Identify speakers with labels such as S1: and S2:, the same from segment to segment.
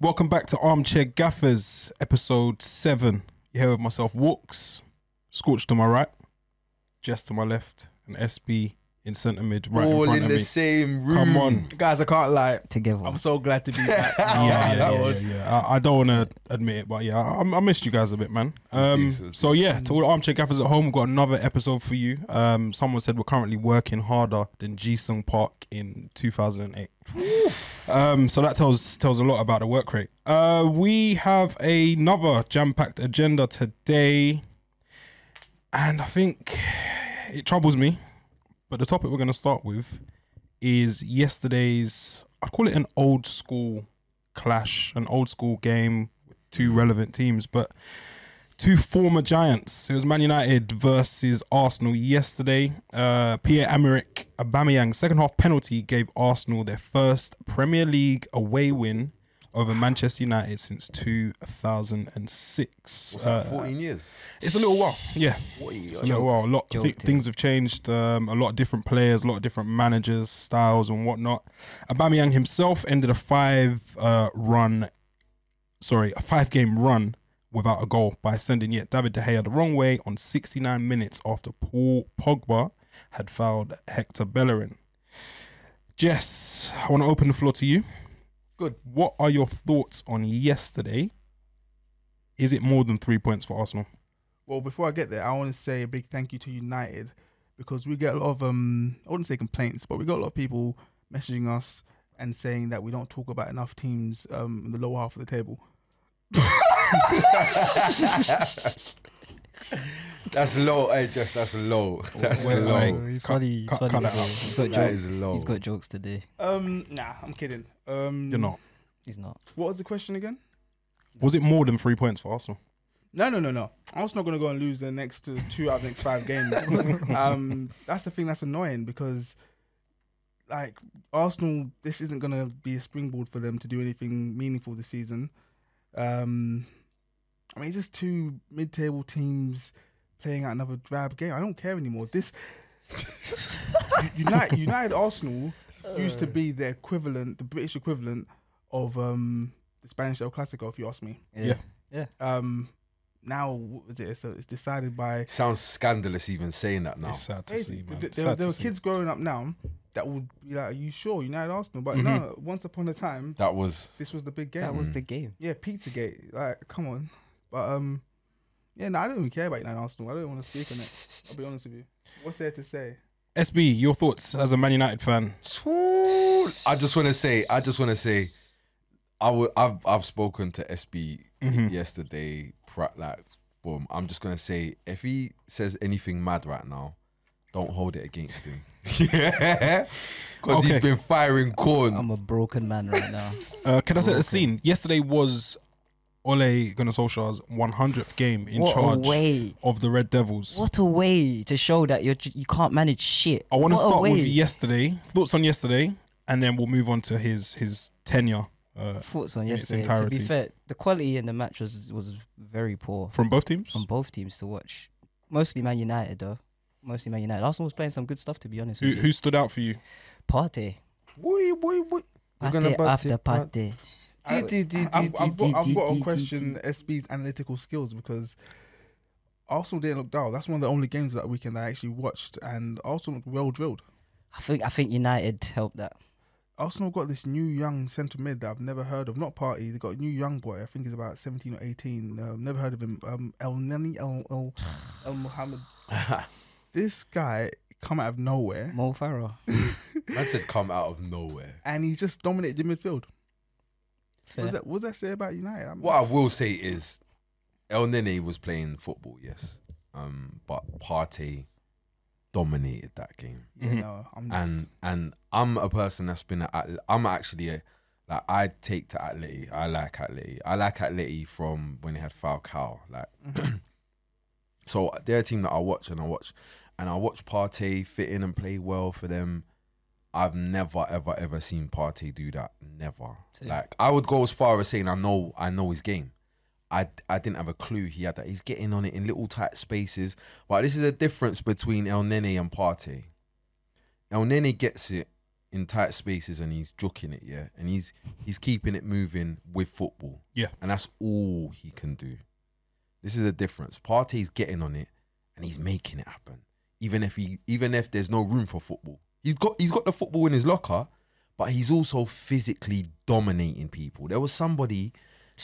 S1: Welcome back to Armchair Gaffers, episode seven. You're here with myself, Walks, Scorch to my right, Jess to my left, and SB in centre mid, right in
S2: all
S1: front
S2: in
S1: of
S2: the
S1: me.
S2: same room.
S1: Come on.
S3: Guys, I can't lie.
S4: together.
S2: Oh,
S3: I'm so glad to be back.
S1: Yeah, yeah,
S3: that
S1: yeah,
S3: was-
S1: yeah, yeah. I, I don't want to admit it, but yeah, I, I missed you guys a bit, man. Um,
S2: decent.
S1: so yeah, to all the armchair gaffers at home, we've got another episode for you. Um, someone said we're currently working harder than Jisung Park in 2008. um, so that tells tells a lot about the work rate. Uh, we have another jam packed agenda today, and I think it troubles me, but the topic we're going to start with is yesterday's I'd call it an old school clash, an old school game with two relevant teams, but two former giants. It was Man United versus Arsenal yesterday. Uh, Pierre Emerick Aubameyang second half penalty gave Arsenal their first Premier League away win over Manchester United since 2006.
S2: What's that,
S1: Uh,
S2: 14 years?
S1: it's a little while, yeah. It's a little while. A lot th-
S4: Jolting.
S1: things have changed. Um, a lot of different players, a lot of different managers, styles, and whatnot. Aubameyang himself ended a five uh, run, sorry, a five game run without a goal by sending yet David De Gea the wrong way on 69 minutes after Paul Pogba had fouled Hector Bellerin. Jess, I want to open the floor to you.
S3: Good.
S1: What are your thoughts on yesterday? Is it more than three points for Arsenal?
S3: Well, before I get there, I want to say a big thank you to United because we get a lot of um, I wouldn't say complaints, but we got a lot of people messaging us and saying that we don't talk about enough teams um, in the lower half of the table.
S2: That's low. Hey, Jess, that's low. That's
S1: Wait,
S2: low.
S1: like,
S4: He's
S1: cut-
S4: funny, he's
S1: cut-
S4: funny
S1: cut that
S4: today.
S1: out.
S4: He's got
S2: that
S4: jokes.
S2: is low.
S4: He's got jokes today.
S3: Um, nah, I'm kidding. Um,
S1: You're not.
S4: He's not.
S3: What was the question again?
S1: Was it more than three points for Arsenal?
S3: No, no, no, no. I'm just not going to go and lose the next two, two out of the next five games. um, that's the thing that's annoying because, like, Arsenal, this isn't going to be a springboard for them to do anything meaningful this season. Um, I mean, it's just two mid table teams playing out another drab game. I don't care anymore. This United, United Arsenal used to be the equivalent, the British equivalent of um, the Spanish El Clasico, if you ask me
S4: Yeah.
S3: um now what is it so it's decided by
S2: Sounds scandalous even saying that now.
S1: It's sad to see, man.
S3: there,
S1: Sad
S3: there,
S1: to
S3: were
S1: see.
S3: kids growing up now that would be like are you sure united arsenal but
S1: Mhm.
S3: no once upon a time
S2: That was.
S3: this was the big game
S4: That was
S2: Mm.
S4: the game.
S3: yeah pizzagate like come on but um yeah no i don't even care about united arsenal i don't want to speak on it i'll be honest with you what's there to say
S1: SB, your thoughts as a Man United fan?
S2: Ooh, I just want to say, I just want to say, I would, I've, I've spoken to SB
S1: Mhm.
S2: yesterday. pra- Like, boom. I'm just gonna say, if he says anything mad right now, don't hold it against him. yeah, because
S1: Okay.
S2: he's been firing corn.
S4: I'm a broken man right now.
S1: Uh, can I set the scene? Yesterday was Ole Gunnar Solskjaer's 100th game in
S4: what
S1: charge
S4: a way!
S1: of the Red Devils.
S4: What a way to show that you're ju- you can't manage shit.
S1: I want to
S4: What a
S1: start with
S4: way.
S1: yesterday. Thoughts on yesterday, and then we'll move on to his his tenure uh,
S4: Thoughts on
S1: in its
S4: yesterday. To
S1: entirety.
S4: be fair, the quality in the match was was very poor
S1: from both teams.
S4: from both teams to watch. Mostly Man United though. Mostly Man United. Arsenal was playing some good stuff to be honest.
S1: Who,
S4: with you.
S1: who stood out for you?
S4: Partey.
S2: boy, boy, boy. We're gonna
S4: Partey
S2: bat
S4: after
S2: it, man.
S4: Partey.
S3: I-
S2: Dee, dee, dee,
S3: I've,
S2: dee,
S3: I've, got, I've got
S4: dee,
S3: a
S4: dee,
S3: question SB's analytical skills because Arsenal didn't look dull. That's one of the only games that weekend I actually watched, and Arsenal looked well drilled.
S4: I think I think United helped that.
S3: Arsenal got this new young centre mid that I've never heard of. Not party. They got a new young boy. I think he's about seventeen or eighteen. Um, never heard of him. Um, El Nani El El, El Mohammed. this guy come out of nowhere
S4: Mo Farah.
S2: Man said come out of nowhere.
S3: and he just dominated the midfield.
S4: Fair.
S3: What does that, what does that say about United? I'm,
S2: What I will say is, El Nene was playing football, yes, um, but Partey dominated that game.
S3: Yeah,
S4: Mm-hmm.
S3: no, I'm just,
S2: And and I'm a person that's been at. Atle- I'm actually a, like I take to Atleti. I like Atleti. I like Atleti from when they had Falcao. Like,
S3: Mm-hmm.
S2: so they're a team that I watch and I watch, and I watch Partey fit in and play well for them. I've never ever ever seen Partey do that. Never.
S4: Same.
S2: Like I would go as far as saying I know I know his game. I, I didn't have a clue he had that. He's getting on it in little tight spaces. But this is a difference between El Nene and Partey. El Nene gets it in tight spaces and he's joking it, yeah, and he's he's keeping it moving with football,
S1: Yeah.
S2: and that's all he can do. This is the difference. Partey's getting on it and he's making it happen, even if he even if there's no room for football. He's got he's got the football in his locker, but he's also physically dominating people. There was somebody,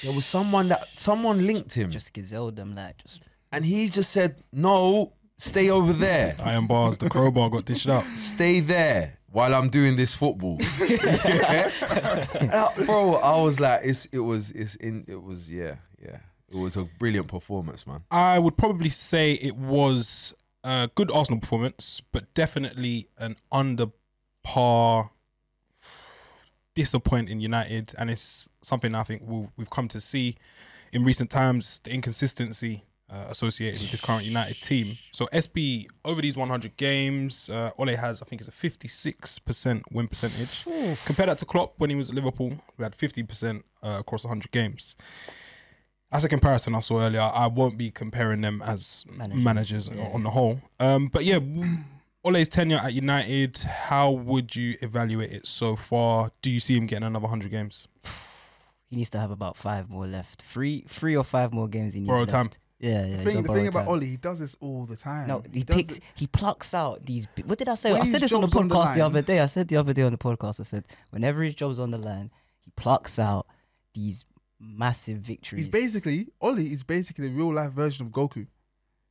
S2: there was someone that someone linked him,
S4: Just gazelle them like just
S2: and he just said, "No, stay over there."
S1: Iron bars, the crowbar got dished out.
S2: stay there while I'm doing this football. Uh, Bro, I was like, it's it was it's in it was yeah, yeah. It was a brilliant performance, man.
S1: I would probably say it was a good Arsenal performance, but definitely an under par disappointing United, and it's something I think we'll, we've come to see in recent times the inconsistency uh, associated with this current United team. So SB over these 100 games, uh, Ole has I think it's a 56% win percentage. Compare that to Klopp when he was at Liverpool, we had 50% uh, across 100 games. As a comparison I saw earlier, I won't be comparing them as
S4: Managers,
S1: managers,
S4: yeah.
S1: on the whole. Um, but yeah, Ole's tenure at United, how would you evaluate it so far? Do you see him getting another 100 games?
S4: he needs to have about five more left. Three three or five more games he needs
S1: Borrowed time.
S4: left. Yeah, yeah.
S3: The
S4: he's
S3: thing,
S4: on
S3: the thing
S4: borrowed
S3: about
S4: time.
S3: Ollie, he does this all the time.
S4: No, he,
S3: does
S4: picks.
S3: it-
S4: He plucks out these. bi- What did I say?
S3: When
S4: I said
S3: his
S4: this on the
S3: job's on the
S4: podcast the,
S3: line-
S4: other day. I said the other day on the podcast. I said whenever his job's on the line, he plucks out these massive victories.
S3: He's basically Ollie is basically the real life version of Goku.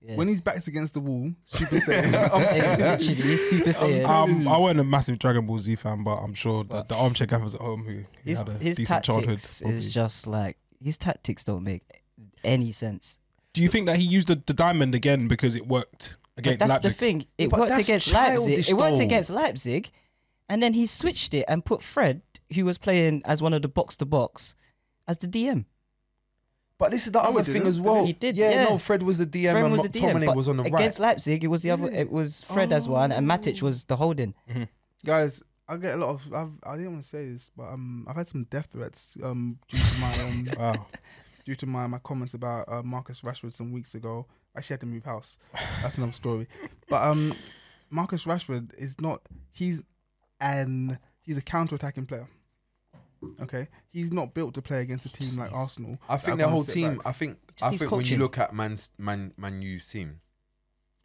S4: Yeah.
S3: When his back's against the wall, Super Saiyan.
S4: Yeah, literally, he's Super Saiyan.
S1: Um, I wasn't a massive Dragon Ball Z fan, but I'm sure that the armchair gaffers at home who, who
S4: his
S1: had a
S4: his
S1: decent
S4: tactics
S1: childhood. probably-
S4: is just like his tactics don't make any sense.
S1: Do you think that he used the, the diamond again because it worked
S4: But
S1: against
S4: that's
S1: Leipzig?
S4: the thing. It
S2: But
S4: worked
S2: that's
S4: against Leipzig.
S2: childish
S4: It worked
S2: though.
S4: against Leipzig, and then he switched it and put Fred, who was playing as one of the box to box, as the DM.
S2: But this is the
S3: No,
S2: other
S3: he
S2: thing
S3: didn't,
S2: as
S3: did
S2: well.
S4: he? He did,
S2: yeah,
S4: yeah.
S2: no, Fred was the DM
S4: Fred
S2: and
S4: was the DM,
S2: McTominay
S4: but
S2: was on the right.
S4: against Leipzig. It was the other. It was Fred as one, and Matic was the holding.
S3: Guys, I get a lot of. I've, I didn't want to say this, but um, I've had some death threats um due to my um
S1: Wow.
S3: due to my, my comments about uh, Marcus Rashford some weeks ago. I actually had to move house. That's another story. But um, Marcus Rashford is not. He's an he's a counter attacking player. Okay, he's not built to play against a team like Arsenal.
S2: I think
S3: that
S2: their
S3: wanna
S2: whole
S3: sit
S2: team.
S3: back.
S2: I think.
S4: just
S2: I
S4: needs
S2: think when you
S4: coaching.
S2: look at Man's Man Man U's team,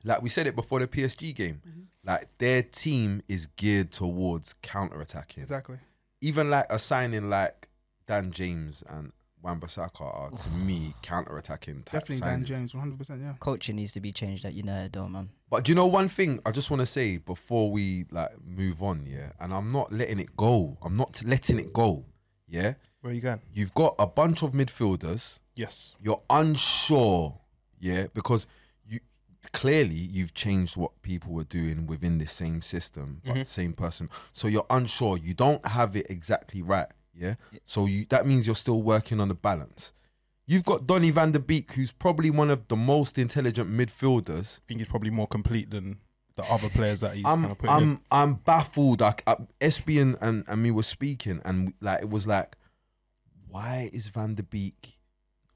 S2: like we said it before the PSG game,
S4: Mm-hmm.
S2: like their team is geared towards counter attacking.
S3: Exactly.
S2: even like a signing like Dan James and Wan Bissaka are to me counter attacking type
S3: Definitely Dan
S2: signings.
S3: James, one hundred percent. Yeah.
S4: Culture needs to be changed at United, though, man.
S2: But do you know one thing I just want to say before we like move on, yeah? And I'm not letting it go. I'm not letting it go. Yeah.
S1: Where you going?
S2: You've got a bunch of midfielders.
S1: Yes.
S2: You're unsure, yeah, because you clearly you've changed what people were doing within this same system, but same person. So you're unsure. You don't have it exactly right, yeah. So you that means you're still working on the balance. You've got Donny van der Beek, who's probably one of the most intelligent midfielders
S1: I think he's probably more complete than the other players that he's
S2: I'm,
S1: kind of put in.
S2: I'm, I'm baffled. Like uh, SB and, and and we were speaking, and like it was like, why is Van der Beek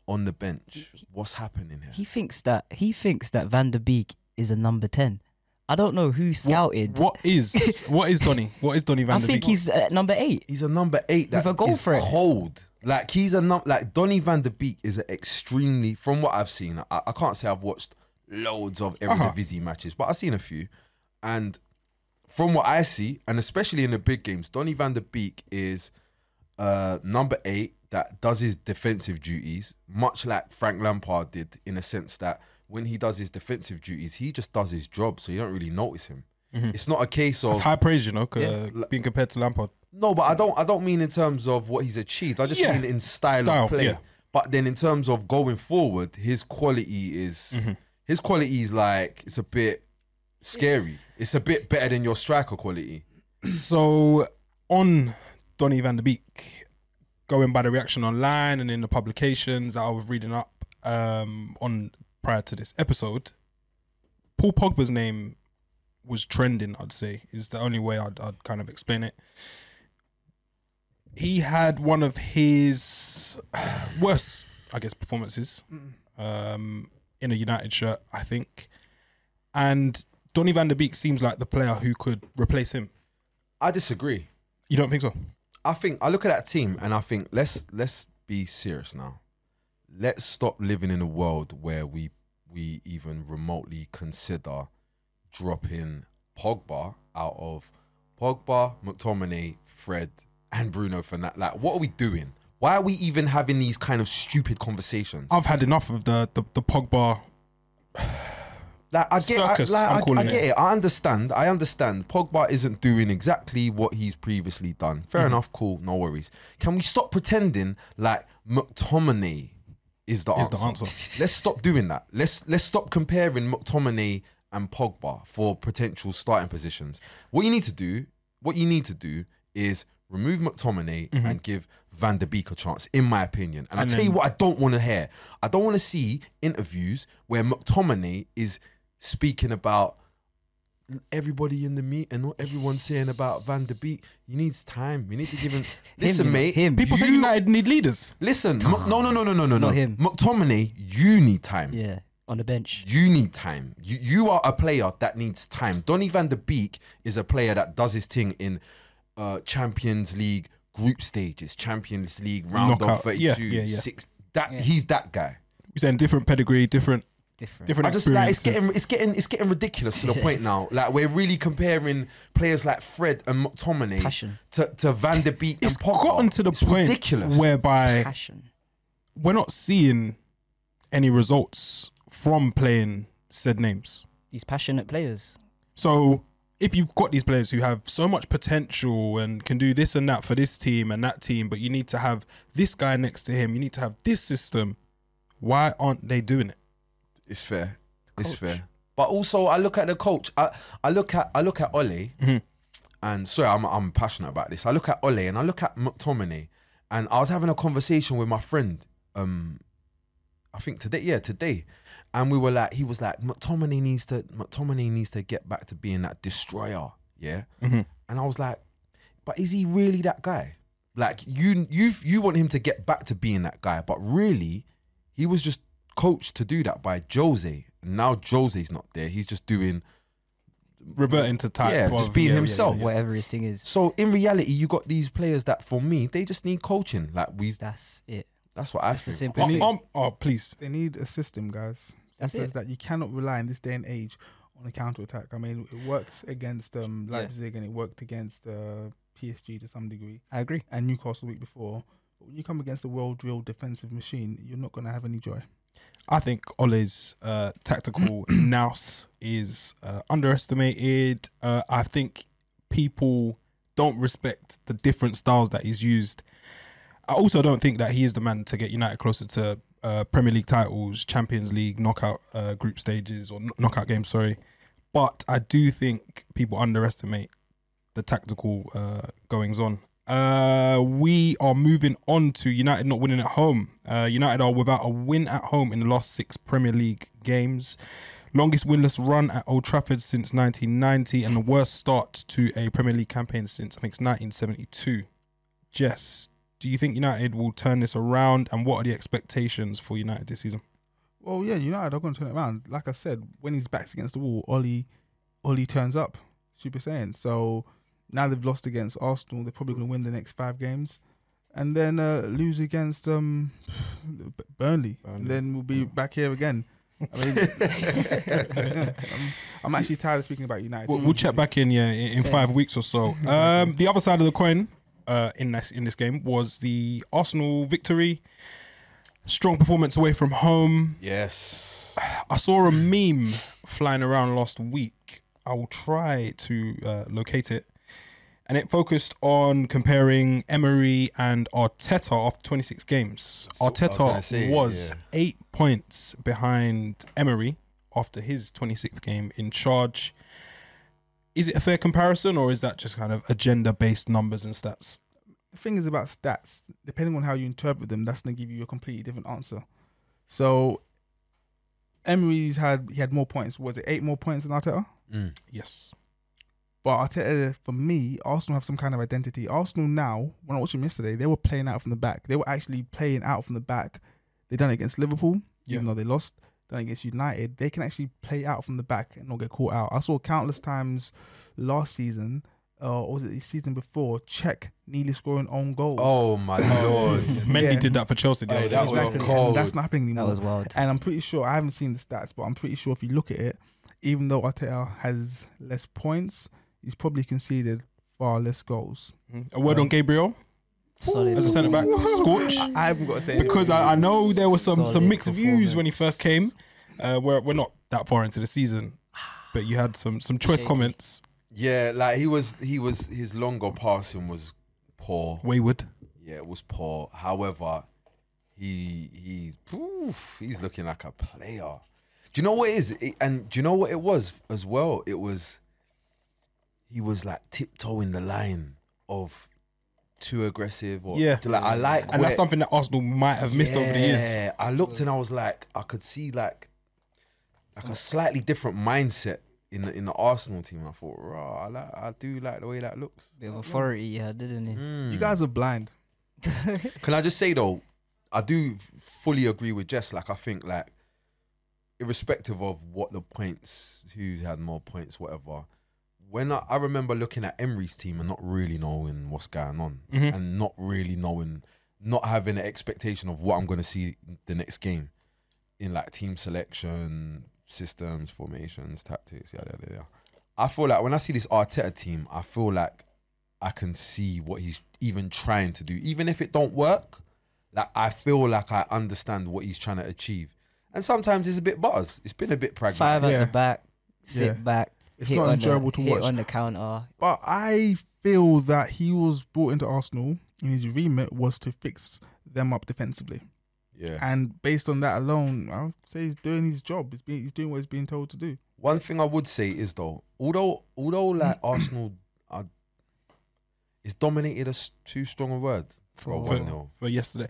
S2: on the bench? What's happening here?
S4: He thinks that he thinks that Van der Beek is a number ten. I don't know who scouted.
S1: What is what is Donny? What is Donny
S4: I
S1: Van de
S4: think
S1: Beek?
S4: he's uh, number eight.
S2: he's a number eight that
S4: With a goal
S2: is
S4: threat.
S2: cold. Like he's a num- like Donny Van der Beek is an extremely. From what I've seen, I, I can't say I've watched loads of Eredivisie
S4: Uh-huh.
S2: matches, but I've seen a few, and from what I see, and especially in the big games, Donny Van der Beek is uh, number eight that does his defensive duties, much like Frank Lampard did, in a sense that when he does his defensive duties, he just does his job, so you don't really notice him.
S4: Mm-hmm.
S2: It's not a case of
S1: It's high praise, you know, 'cause, uh,
S2: Yeah.
S1: being compared to Lampard.
S2: no, but I don't. I don't mean in terms of what he's achieved. I just
S1: Yeah.
S2: mean in style,
S1: Style,
S2: of play.
S1: yeah.
S2: But then in terms of going forward, his quality is
S1: Mm-hmm.
S2: his quality is like it's a bit scary. It's a bit better than your striker quality.
S1: So on Donny Van de Beek, going by the reaction online and in the publications that I was reading up um, on prior to this episode, Paul Pogba's name was trending. I'd say is the only way I'd, I'd kind of explain it. He had one of his worst, I guess, performances um, in a United shirt, I think. And Donny Van de Beek seems like the player who could replace him.
S2: I disagree.
S1: You don't think so?
S2: I think I look at that team and I think let's let's be serious now. Let's stop living in a world where we we even remotely consider dropping Pogba out of Pogba, McTominay, Fred, and Bruno Fernandes. Like, what are we doing? Why are we even having these kind of stupid conversations?
S1: I've had enough of the the, the Pogba.
S2: Like I get,
S1: Circus,
S2: I, like,
S1: I'm
S2: I-
S1: calling
S2: I get
S1: it.
S2: it. I understand. I understand. Pogba isn't doing exactly what he's previously done.
S1: Mm-hmm.
S2: Fair enough. Cool. No worries. Can we stop pretending like McTominay is the
S1: Is the
S2: answer?
S1: answer.
S2: let's stop doing that. Let's let's stop comparing McTominay and Pogba for potential starting positions. What you need to do, what you need to do, is remove McTominay and give Van der Beek a chance, in my opinion. And,
S1: And
S2: I tell you
S1: then-
S2: what, I don't want to hear. I don't want to see interviews where McTominay is speaking about everybody in the meet and not everyone saying about Van der Beek. He needs time. We need to give him. listen,
S4: you know,
S2: mate.
S4: him.
S1: People say
S2: You-
S1: United need leaders.
S2: Listen, Mc- no, no, no, no, no, no, no.
S4: Not him.
S2: McTominay, you need time.
S4: Yeah, on the bench.
S2: You need time. You you are a player that needs time. Donny van de Beek is a player that does his thing in uh, Champions League group stages, Champions League round
S1: Knockout.
S2: of 32,
S1: Yeah, yeah, yeah.
S2: six. That
S4: Yeah.
S2: he's that guy.
S1: You're saying different pedigree, different
S4: Different.
S1: different
S2: I just like it's
S1: experiences.
S2: getting it's getting it's getting ridiculous to the point now. Like we're really comparing players like Fred and McTominay
S4: Passion.
S2: to, to Van de Beek
S1: It's
S2: and Pogba.
S1: gotten to the
S2: It's
S1: point
S2: ridiculous.
S1: whereby
S4: Passion.
S1: we're not seeing any results from playing said names.
S4: These passionate players.
S1: So if you've got these players who have so much potential and can do this and that for this team and that team, but you need to have this guy next to him, you need to have this system. Why aren't they doing it?
S2: It's fair. It's
S4: coach.
S2: fair. But also, I look at the coach. I, I look at I look at Ole,
S1: Mm-hmm.
S2: and sorry, I'm I'm passionate about this. I look at Ole and I look at McTominay, and I was having a conversation with my friend. Um, I think today, yeah, today, and we were like, he was like, McTominay needs to McTominay needs to get back to being that destroyer, yeah.
S1: Mm-hmm.
S2: And I was like, but is he really that guy? Like you you you want him to get back to being that guy, but really, he was just coached to do that by Jose. And now Jose's not there. He's just doing
S1: Reverting to type.
S2: Yeah,
S1: of-
S2: just being
S1: Oh,
S2: himself. Yeah.
S4: Whatever his thing is.
S2: so in reality, you got these players that for me, they just need coaching. Like we
S4: That's it.
S2: that's what I
S4: It's the
S2: think.
S4: simple
S1: Oh,
S4: thing.
S1: um, oh, please.
S3: They need a system, guys.
S4: That's
S3: Because
S4: it.
S3: that you cannot rely in this day and age on a counter attack. I mean, it worked against um,
S4: Yeah.
S3: Leipzig and it worked against uh, PSG to some degree
S4: I agree.
S3: and Newcastle the week before. But when you come against a well-drilled defensive machine, you're not going to have any joy.
S1: I think Ole's uh, tactical nous is uh, underestimated. Uh, I think people don't respect the different styles that he's used. I also don't think that he is the man to get United closer to uh, Premier League titles, Champions League, knockout uh, group stages, or kn- knockout games, sorry. But I do think people underestimate the tactical uh, goings on. Uh, we are moving on to United not winning at home. Uh, United are without a win at home in the last six Premier League games. Longest winless run at Old Trafford since 1990 and the worst start to a Premier League campaign since, I think, it's 1972. Jess, do you think United will turn this around and what are the expectations for United this season?
S3: Well, yeah, United are going to turn it around. Like I said, when his back's against the wall, Ollie, Ollie turns up. Super Saiyan. So now they've lost against Arsenal. They're probably going to win the next five games, and then uh, lose against um, B- Burnley. And then we'll be back here again. I mean, I'm, I'm actually tired of speaking about United.
S1: We'll, we'll check back in yeah in, in
S4: Same.
S1: five weeks or so. Um, the other side of the coin uh, in this in this game was the Arsenal victory. Strong performance away from home.
S2: Yes.
S1: I saw a meme flying around last week. I will try to uh, locate it. And it focused on comparing Emery and Arteta after 26 games.
S2: So- I was
S1: Arteta
S2: gonna
S1: was,
S2: say, yeah.
S1: eight points behind Emery after his 26th game in charge. Is it a fair comparison or is that just kind of agenda based numbers and stats?
S3: the thing is about stats, depending on how you interpret them, that's gonna give you a completely different answer. So Emery's had he had more points. Was it eight more points than Arteta?
S2: Mm.
S1: Yes.
S3: But Arteta, for me, Arsenal have some kind of identity. Arsenal now, when I watched them yesterday, they were playing out from the back. They were actually playing out from the back. They done it against Liverpool, even
S1: Yeah.
S3: though they lost. Done it against United. They can actually play out from the back and not get caught out. I saw countless times last season uh, or was it the season before? Check Neely scoring own goal.
S2: Oh my lord.
S1: Mendy
S3: Yeah.
S1: did that for Chelsea. The
S2: Hey,
S1: other
S2: that
S1: day.
S2: was
S3: Exactly. And
S2: cold.
S3: That's not happening anymore.
S4: That was wild.
S3: And I'm pretty sure I haven't seen the stats, but I'm pretty sure if you look at it, even though Arteta has less points, he's probably conceded far less goals.
S1: A word
S2: Mm-hmm.
S1: on Gabriel
S4: Solid.
S1: as a centre back. Scorch.
S3: I, I haven't got to say anything.
S1: because I, I know there were some some
S4: Solid
S1: mixed views when he
S4: performance.
S1: first came. Uh, we're we're not that far into the season, but you had some some choice
S4: Shady.
S1: comments.
S2: Yeah, like he was he was his longer passing was poor.
S1: Wayward.
S2: Yeah, it was poor. However, he he oof, he's looking like a player. Do you know what it is? It- and do you know what it was as well? It was he was like tiptoeing the line of too aggressive or
S1: Yeah.
S2: Like, I like
S1: And that's
S2: where-
S1: something that Arsenal might have missed over the years.
S2: yeah, I looked and I was like, I could see like like a slightly different mindset in the in the Arsenal team. I thought, raw, I like I do like the way that looks.
S4: Bit of authority, yeah, didn't he?
S2: hmm."
S3: You guys are blind.
S1: Mm.
S2: Can I just say though, I do fully agree with Jess. Like I think like irrespective of what the points, who had more points, whatever. When I, I remember looking at Emery's team and not really knowing what's going on,
S1: Mhm.
S2: and not really knowing, not having an expectation of what I'm going to see the next game, in like team selection, systems, formations, tactics, yada yada yada. I feel like when I see this Arteta team, I feel like I can see what he's even trying to do, even if it don't work. Like I feel like I understand what he's trying to achieve, and sometimes it's a bit butters. It's been a bit pragmatic.
S4: Five uh, at
S3: Yeah.
S4: the back, sit
S3: Yeah.
S4: back.
S3: It's
S4: hit
S3: not
S4: on
S3: enjoyable
S4: the,
S3: to
S4: hit
S3: watch.
S4: on the counter.
S3: But I feel that he was brought into Arsenal and his remit was to fix them up defensively.
S2: Yeah.
S3: And based on that alone, I would say he's doing his job. He's, being, he's doing what he's being told to do.
S2: One thing I would say is though, although although like Arsenal are, is dominated as too strong a word for a
S4: For-
S2: one 0
S1: For yesterday,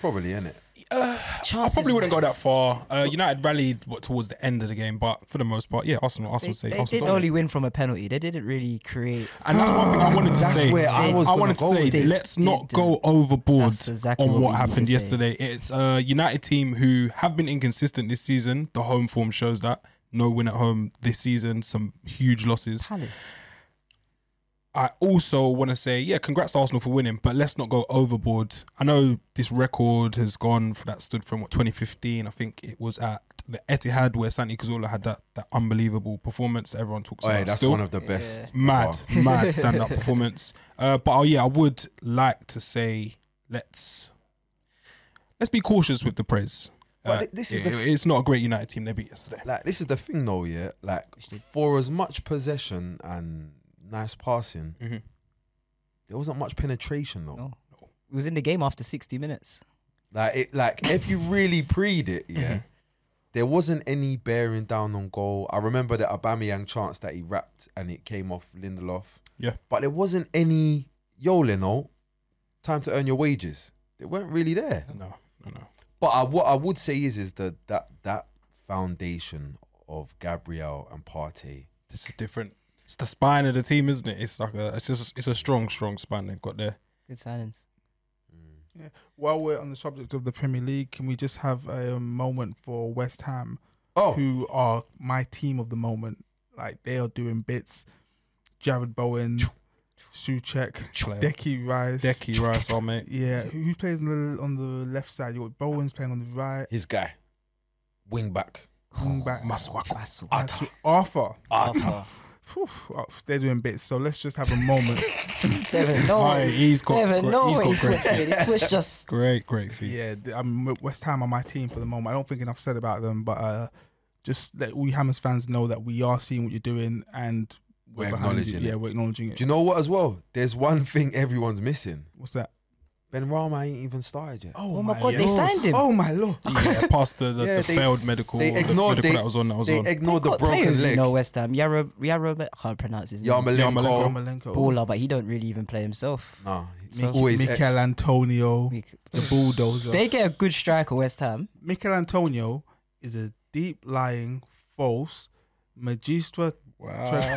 S2: probably isn't it?
S4: Uh,
S1: I probably wouldn't go that far. Uh, United rallied what, towards the end of the game, but for the most part, yeah, Arsenal,
S4: They,
S1: Arsenal safe.
S4: they
S1: Arsenal
S4: did
S1: dominant.
S4: only win from a penalty. They didn't really create.
S1: And that's one thing I wanted to
S2: That's
S1: say.
S2: where I
S1: I,
S2: was
S1: wanted
S2: gonna
S1: to
S2: go
S1: say,
S2: with it.
S1: let's not
S4: Didn't.
S1: go overboard
S4: That's exactly
S1: on
S4: what
S1: what
S4: we
S1: happened
S4: need to
S1: yesterday. It's a United team who have been inconsistent this season. The home form shows that. No win at home this season, some huge losses.
S4: Palace.
S1: I also want to say, yeah, congrats to Arsenal for winning, but let's not go overboard. I know this record has gone for that stood from what 2015. I think it was at the Etihad where Santi Cazorla had that that unbelievable performance that everyone talks
S2: Oh, yeah,
S1: about.
S2: that's
S1: still.
S2: one of the best.
S4: Yeah.
S1: mad,
S2: Wow.
S1: mad stand up performance. Uh, but oh yeah, I would like to say let's let's be cautious with the praise.
S2: But
S1: Uh,
S2: thi- this is
S1: it-
S2: the-
S1: it's not a great United team they beat yesterday.
S2: Like this is the thing though, yeah. Like for as much possession and nice passing,
S1: Mhm.
S2: there wasn't much penetration though.
S4: No. It was in the game after 60 minutes.
S2: Like it, like if you really preed it, yeah,
S3: Mm-hmm.
S1: Mhm.
S2: there wasn't any bearing down on goal. I remember the Aubameyang chance that he wrapped and it came off Lindelof.
S1: Yeah.
S2: but there wasn't any yo Leno, time to earn your wages. They weren't really there.
S1: No, no, no.
S2: But I, what I would say is, is that that that foundation of Gabriel and Partey.
S1: This is different. It's the spine of the team, isn't it? It's like a it's just it's a strong, strong spine they've got there.
S4: Good signings.
S3: Mm. While we're on the subject of the Premier League, can we just have a moment for West Ham,
S2: Oh,
S3: who are my team of the moment? Like they are doing bits. Jared Bowen, Suchek,
S1: Player.
S3: Decky Rice,
S1: Decky Rice, our mate.
S3: Yeah, who who plays on the, on the left side? You got Bowen's playing on the right.
S2: his guy, wing back.
S3: Wing back.
S1: Maswako.
S4: Basu.
S3: And to Uh, Arthur.
S1: ah,
S4: Arthur.
S3: Phew, oh, they're doing bits. So let's just have a moment.
S4: Devin, no.
S1: Oh, he's got
S4: Devin,
S1: gre-
S4: no.
S1: he's got
S4: He's
S1: great
S4: twisted. He twisted just.
S1: Great, great feat.
S3: yeah, th- I'm West Ham are my team for the moment. I don't think enough said about them, but uh, just let all you Hammers fans know that we are seeing what you're doing and
S2: We're
S3: behind
S2: acknowledging
S3: you.
S2: it.
S3: Yeah, we're acknowledging it.
S2: Do you know what as well? There's one thing everyone's missing.
S3: What's that?
S2: Ben Rama ain't even started yet.
S4: Oh my God, they
S3: lord.
S4: signed him.
S3: Oh my lord.
S1: Yeah, past the, the,
S2: Yeah,
S1: the
S2: they-
S1: failed medical,
S2: They
S1: the
S2: ignored
S1: medical
S2: they,
S1: that was on that was
S2: they
S1: on.
S2: ignored the
S4: Got
S2: broken
S4: players,
S2: leg.
S4: You know West Ham. Yaro, Yaro, I can't pronounce his name.
S2: Yarmolenko.
S3: Yarmolenko.
S4: Baller, but he don't really even play himself.
S2: No, he's
S3: Mi-
S2: always ex-
S3: Mikel Antonio,
S4: We c-
S3: the bulldozer.
S4: They get a good striker, West Ham.
S3: Mikel Antonio is a deep lying, false, magistra,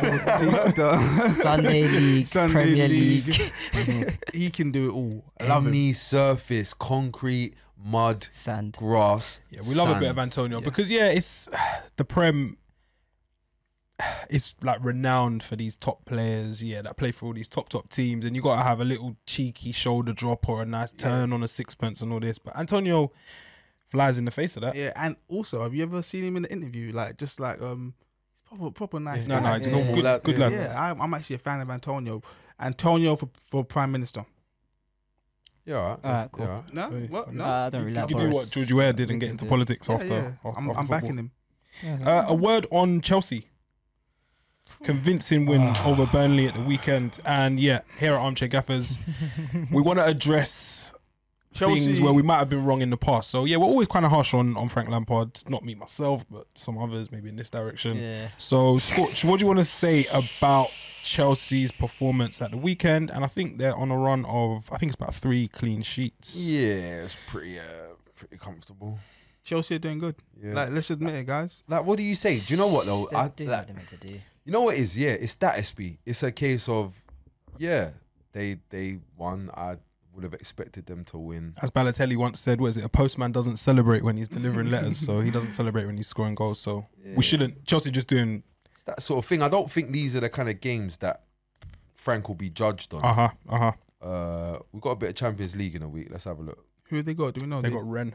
S3: trecordista.
S4: Sunday League,
S3: Sunday
S4: Premier
S3: League.
S4: League.
S3: he can do it all. I love him.
S2: Lummy, surface, concrete, mud,
S4: Sand.
S2: grass.
S1: Yeah, we love a bit of
S2: sand.
S1: Antonio
S2: Yeah.
S1: because yeah, it's the Prem. it's like renowned for these top players, yeah, that play for all these top top teams, and you got to have a little cheeky shoulder drop or a nice turn on a sixpence and all this. But Antonio flies in the face of that.
S3: Yeah, and also, have you ever seen him in the interview? Like, just like um, he's proper, proper nice.
S1: No,
S3: guy.
S1: no, it's
S2: Yeah.
S1: normal. Good, good lad.
S3: Yeah, I, I'm actually a fan of Antonio. Antonio for, for prime minister.
S2: Yeah, alright.
S4: Alright, cool.
S2: Yeah, alright.
S3: No,
S1: Hey,
S3: what?
S1: No.
S4: Uh, I don't
S1: You,
S4: really
S1: you
S4: like
S1: do what
S4: Boris.
S1: George Weah did and get into politics
S3: Yeah,
S1: after.
S3: yeah.
S1: after-
S3: I'm,
S1: after
S3: I'm
S1: football.
S3: backing him.
S1: Uh, a word on Chelsea. Convincing win over Burnley at the weekend. And yeah, here at Armchair Gaffers, we want to address things
S3: Chelsea-
S1: where we might have been wrong in the past. So yeah, we're always kind of harsh on, on Frank Lampard. Not me myself, but some others maybe in this direction.
S4: Yeah.
S1: So, Scorch, what do you want to say about Chelsea's performance at the weekend? And I think they're on a run of, I think it's about three clean sheets.
S2: Yeah, it's pretty, uh, pretty comfortable.
S3: Chelsea are doing good.
S2: Yeah.
S3: Like, let's admit it, guys.
S2: Like, what do you say? Do you know what though? I,
S4: They do
S2: like,
S4: what they meant to do.
S2: you know what it is? Yeah, it's that SB. It's a case of, yeah, they they won. I would have expected them to win.
S1: As Balotelli once said, what is it? A postman doesn't celebrate when he's delivering letters, so he doesn't celebrate when he's scoring goals. So
S2: Yeah.
S1: we shouldn't. Chelsea just doing
S2: It's that sort of thing. I don't think these are the kind of games that Frank will be judged on.
S1: uh
S3: Uh-huh.
S1: huh, uh huh.
S2: Uh, we got a bit of Champions League in a week. Let's have a look.
S3: Who have they got? Do we know?
S1: They got Ren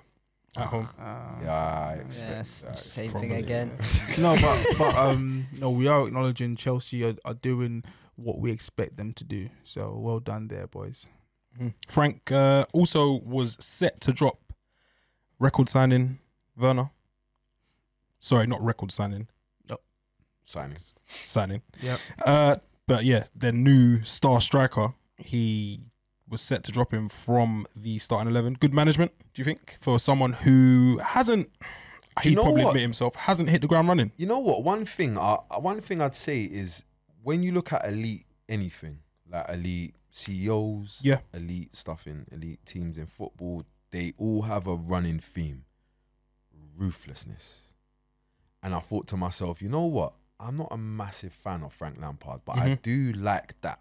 S1: at home.
S3: Uh,
S2: Yeah, I expect.
S4: Yeah,
S2: I expect-
S4: same
S1: probably-
S4: thing again.
S3: no, but but um, no, we are acknowledging Chelsea are, are doing what we expect them to do. So well done there, boys.
S1: Mhm. Frank uh, also was set to drop record signing Werner. Sorry, not record signing,
S2: signings.
S1: signing.
S3: Yep.
S1: Uh, but yeah, their new star striker. He was set to drop him from the starting eleven. Good management, do you think, for someone who hasn't?
S2: you
S1: He
S2: know
S1: probably
S2: what?
S1: admit himself hasn't hit the ground running.
S2: You know what? One thing, I I- one thing I'd say is when you look at elite anything, like elite CEOs,
S1: Yeah.
S2: elite stuff in elite teams in football, they all have a running theme: ruthlessness. And I thought to myself, you know what? I'm not a massive fan of Frank Lampard, but I
S1: Mhm.
S2: do like that.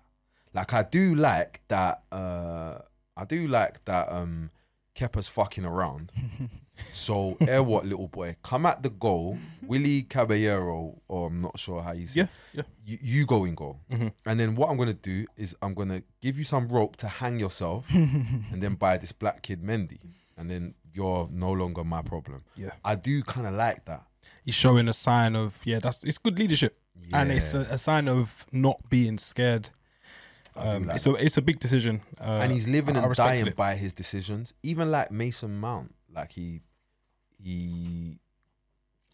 S2: Like I do like that. Uh, I do like that. Um, Kepa's fucking around. So, air what, little boy? Come at the goal, Willie Caballero, or I'm not sure how he's.
S1: Yeah, yeah.
S2: You, you go in goal.
S1: Mhm.
S2: And then what I'm going to do is I'm going to give you some rope to hang yourself and then buy this black kid Mendy. And then you're no longer my problem.
S1: Yeah.
S2: I do kind of like that.
S1: He's showing a sign of yeah, that's it's good leadership, and it's a,
S2: Yeah.
S1: a sign of not being scared.
S2: I do
S1: Um,
S2: like
S1: it's a it's a big decision, uh,
S2: and he's living
S1: I- I
S2: and
S1: respect
S2: dying
S1: it.
S2: by his decisions. Even like Mason Mount, like he, he,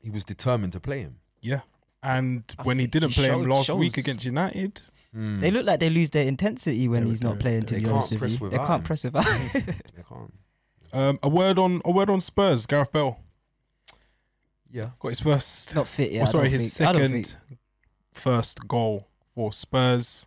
S2: he was determined to play him.
S1: And
S4: I
S1: when he
S4: think
S1: didn't
S4: he
S1: play him
S4: showed-
S1: last week
S4: shows-
S1: against United,
S2: Hmm.
S4: They look like they lose their intensity when
S1: They-
S4: he's not
S1: they-
S4: playing.
S1: they
S4: To be
S1: can't
S4: honest with
S2: press
S4: you, they
S2: without
S4: can't
S2: him.
S4: press without.
S2: They can't.
S1: um, a word on a word on Spurs. Gareth Bell
S2: Yeah.
S1: got his first
S4: not fit yet.
S1: Well, Oh, sorry,
S4: I don't
S1: his
S4: think- I don't
S1: second first goal for Spurs.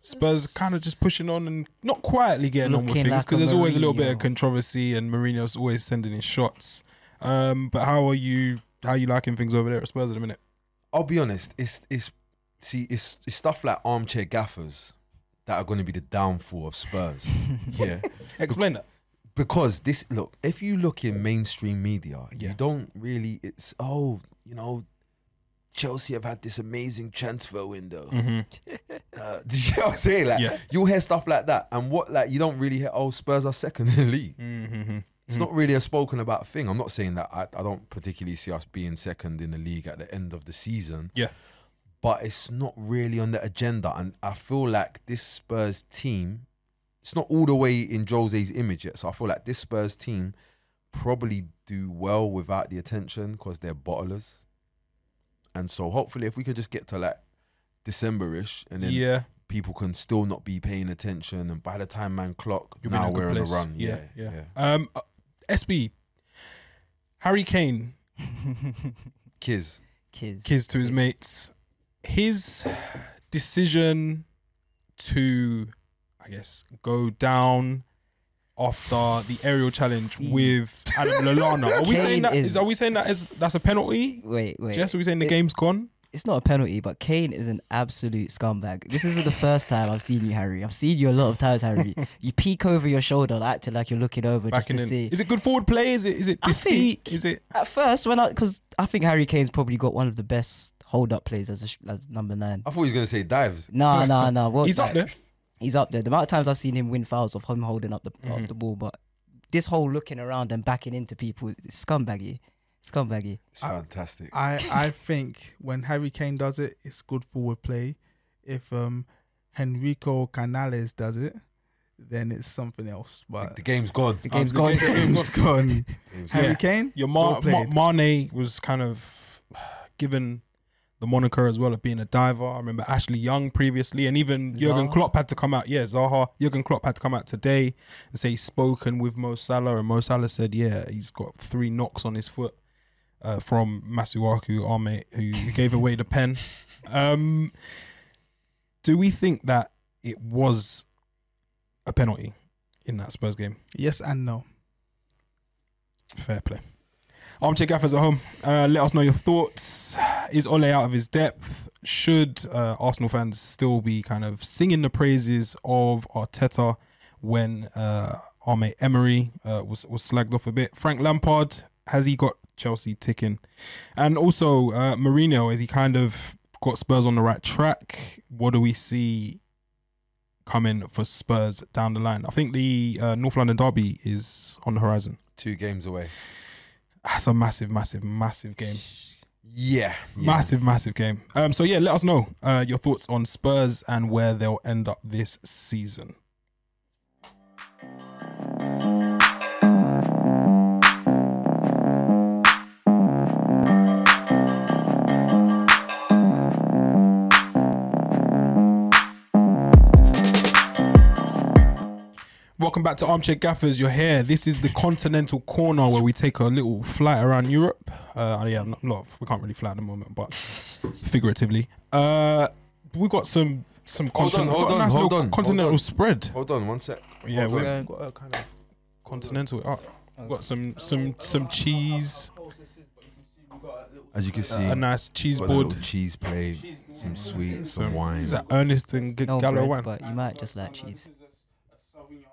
S1: Spurs kind of just pushing on and not quietly getting on with
S4: Looking
S1: things
S4: like
S1: because
S4: a
S1: there's always a little bit of
S4: Mourinho.
S1: controversy and Mourinho's always sending his shots. Um, but how are you? How you liking things over there at Spurs at the minute?
S2: I'll be honest. It's it's see it's, it's stuff like armchair gaffers that are going to be the downfall of Spurs. yeah,
S1: Explain that.
S2: because this look if you look in mainstream media,
S1: Yeah.
S2: you don't really. It's oh you know. Chelsea have had this amazing transfer window. Uh, do you know what I'm saying? Like,
S1: Mm. Yeah.
S2: you'll hear stuff like that, and what like you don't really hear. Oh, Spurs are second in the league.
S1: Mm-hmm.
S2: It's not really a spoken about thing. I'm not saying that I, I don't particularly see us being second in the league at the end of the season.
S1: Yeah.
S2: But it's not really on the agenda. And I feel like this Spurs team, it's not all the way in Jose's image yet. So I feel like this Spurs team probably do well without the attention because they're bottlers. And so hopefully if we could just get to like December-ish and then
S1: Yeah,
S2: people can still not be paying attention. And by the time man clock,
S1: You'll be in
S2: now
S1: a good
S2: we're on a
S1: place.
S2: run.
S1: Yeah,
S2: yeah.
S1: yeah.
S2: yeah.
S1: Um, uh, SB, Harry Kane,
S2: Kiz.
S4: kids.
S1: kids to his
S4: Yes.
S1: mates, his decision to, I guess, go down after the aerial challenge
S4: Mm.
S1: with Adam Lallana. Are we saying
S4: Kane
S1: that?
S4: is-
S1: Is, are we saying that is that's a penalty?
S4: Wait, wait.
S1: Jess, are we saying the
S4: It-
S1: game's gone?
S4: it's not a penalty, but Kane is an absolute scumbag. This isn't the first time I've seen you, Harry. I've seen you a lot of times, Harry. You peek over your shoulder, acting like you're looking over just
S1: Backing
S4: to
S1: in.
S4: see.
S1: Is it good forward play? Is it is it
S4: I
S1: deceit?
S4: think-
S1: Is it
S4: At first, when I because I think Harry Kane's probably got one of the best hold up plays as a, sh- as number nine.
S2: I thought he was gonna say dives.
S4: Nah, nah, nah. Well,
S1: he's up there?
S4: He's up there. The amount of times I've seen him win fouls of him holding up the
S1: Mhm.
S4: up the ball, but this whole looking around and backing into people, it's scumbaggy, scumbaggy.
S2: It's
S3: I-
S2: fantastic.
S3: I I think when Harry Kane does it, it's good forward play. If um Henrico Canales does it, then it's something else.
S2: The-
S3: But
S2: the game's gone.
S4: The game's
S1: Oh, the
S4: gone.
S1: game- the game
S3: it's gone.
S2: Game's
S3: Harry
S1: Yeah.
S3: Kane,
S1: Your Ma-
S3: Well played.
S1: Ma- Mane was kind of given the moniker as well of being a diver. I remember Ashley Young previously, and even Jurgen
S4: Zaha.
S1: Klopp had to come out. Yeah, Zaha. Jurgen Klopp had to come out today and say he's spoken with Mo Salah, and Mo Salah said, yeah, he's got three knocks on his foot uh, from Masuaku, our mate, who, who gave away the pen. Um, do we think that it was a penalty in that Spurs game?
S3: yes and no.
S1: Fair play. Armchair Gaffers at home, uh, let us know your thoughts. Is Ole out of his depth? Should uh, Arsenal fans still be kind of singing the praises of Arteta when uh, our mate Emery uh, was, was slagged off a bit? Frank Lampard, has he got Chelsea ticking? And also, uh, Mourinho, has he kind of got Spurs on the right track? What do we see coming for Spurs down the line? I think the uh, North London Derby is on the horizon.
S2: two games away.
S1: That's a massive, massive, massive game.
S2: Yeah. yeah.
S1: Massive, massive game. Um, so yeah, let us know uh, your thoughts on Spurs and where they'll end up this season. Welcome back to Armchair Gaffers. You're here. This is the Continental Corner where we take a little flight around Europe. Uh, yeah, not, not, we can't really fly at the moment, but figuratively, uh, we got some some
S2: Hold on,
S1: continent-
S2: hold
S1: got a
S2: on,
S1: nice
S2: hold
S1: little
S2: on, hold
S1: continental
S2: on.
S1: spread.
S2: Hold on, one sec.
S1: Yeah,
S2: Hold
S1: we're
S2: on.
S4: Um,
S3: Got a kind of
S1: continental. it up. We've got some some some cheese,
S2: As you can see,
S1: a nice cheese
S2: got the
S1: board.
S2: little cheese plate, some sweets, some wine.
S1: Is that Ernest and G-
S4: no
S1: Gallo
S4: bread,
S1: wine?
S4: but you might just like cheese.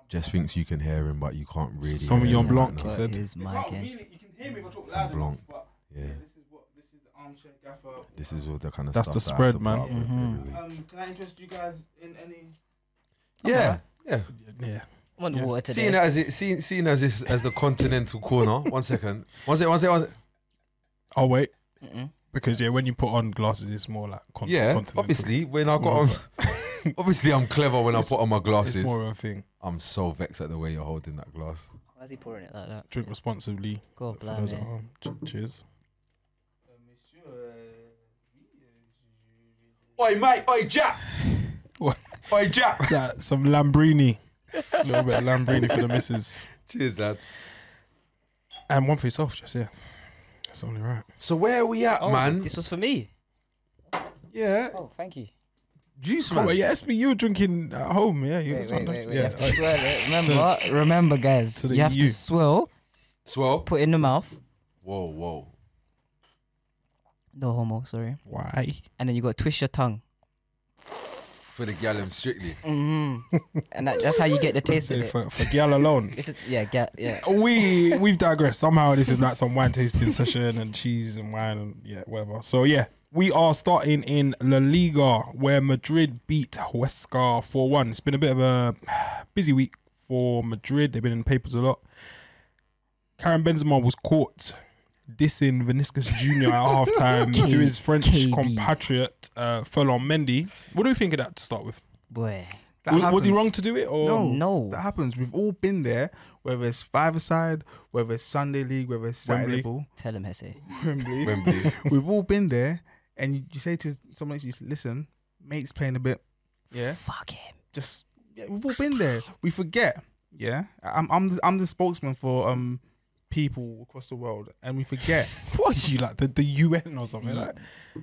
S2: Just thinks you can hear him, but you can't really.
S1: Sauvignon
S2: hear him right
S1: Blanc,
S2: now.
S1: he
S4: But
S1: said.
S4: here's my game.
S2: Some Blanc. Yeah,
S3: This is what this is the armchair gaffer.
S2: this is what the kind of
S1: That's
S2: stuff
S1: the
S2: that I
S1: spread,
S2: have to put
S1: man. Mm-hmm.
S2: up with
S4: Mhm.
S2: every week.
S3: Um, can I interest you guys in any?
S2: Yeah, yeah.
S1: Yeah.
S4: I want
S1: Yeah.
S4: water today.
S2: Seeing as it, seeing, seeing as this as the continental corner. One second. One sec. One sec. One sec.
S1: I'll Oh, wait
S4: Mm-mm.
S1: because yeah, when you put on glasses, it's more like con-
S2: Yeah,
S1: continental.
S2: obviously when I
S1: It's
S2: got
S1: more
S2: on,
S1: of a-
S2: obviously I'm clever when I
S1: It's-
S2: put on my
S1: it's
S2: glasses.
S1: more of a thing.
S2: I'm so vexed at the way you're holding that glass.
S4: Why is he pouring it like that?
S1: Drink responsibly.
S4: God
S1: for those
S4: bless
S1: at
S4: it.
S1: home. Che- Cheers.
S2: Oi, mate. Oi, Jack.
S1: What?
S2: Oi, Jack.
S1: That, some Lambrini. A little bit of Lambrini for the missus.
S2: Cheers, lad.
S1: And one for yourself, just yeah. That's only right.
S2: So where are we at,
S4: Oh,
S2: man?
S4: this was for me.
S2: Yeah,
S4: Oh, thank you.
S2: juice,
S1: Oh,
S2: man.
S1: wait, yeah, SB, you were drinking at home, yeah. You
S4: Wait,
S1: were
S4: wait, wait, wait. You
S1: Yeah.
S4: have to swirl it. Remember, remember, guys.
S1: So that
S4: you have
S1: you-
S4: to swirl,
S2: Swell.
S4: put in the mouth.
S2: Whoa, whoa.
S4: No homo, sorry.
S1: Why?
S4: And then you got to twist your tongue.
S2: For the gallum, strictly.
S4: Mm-hmm. and that, that's how you get the taste of
S1: Say
S4: it.
S1: for, for Gyal alone.
S4: It's a, yeah, ga- yeah.
S1: we we've digressed. Somehow this is like some wine tasting session and cheese and wine and yeah, whatever. So yeah, we are starting in La Liga where Madrid beat Huesca 4-1. It's been a bit of a busy week for Madrid. They've been in the papers a lot. Karen Benzema was caught dissing Vinicius Jr. at halftime to his French
S4: KB.
S1: compatriot uh, Furlon Mendy. What do we think of that to start with?
S4: Boy. Oh,
S3: That
S1: Was, was he
S3: happens.
S1: wrong to do it or
S3: No,
S4: No.
S3: That happens. We've all been there. Whether it's five aside, whether it's Sunday league, whether it's Saturday
S1: Wembley.
S3: ball,
S4: Tell him, Hesse.
S3: Wembley.
S2: Wembley.
S3: We've all been there, and you, you say to someone else, you say, "Listen, mate's playing a bit." Yeah,
S4: Fuck him.
S3: just yeah, we've all been there. We forget. Yeah, I'm I'm the, I'm the spokesman for um people across the world, and we forget
S1: what are you like the, the UN or something like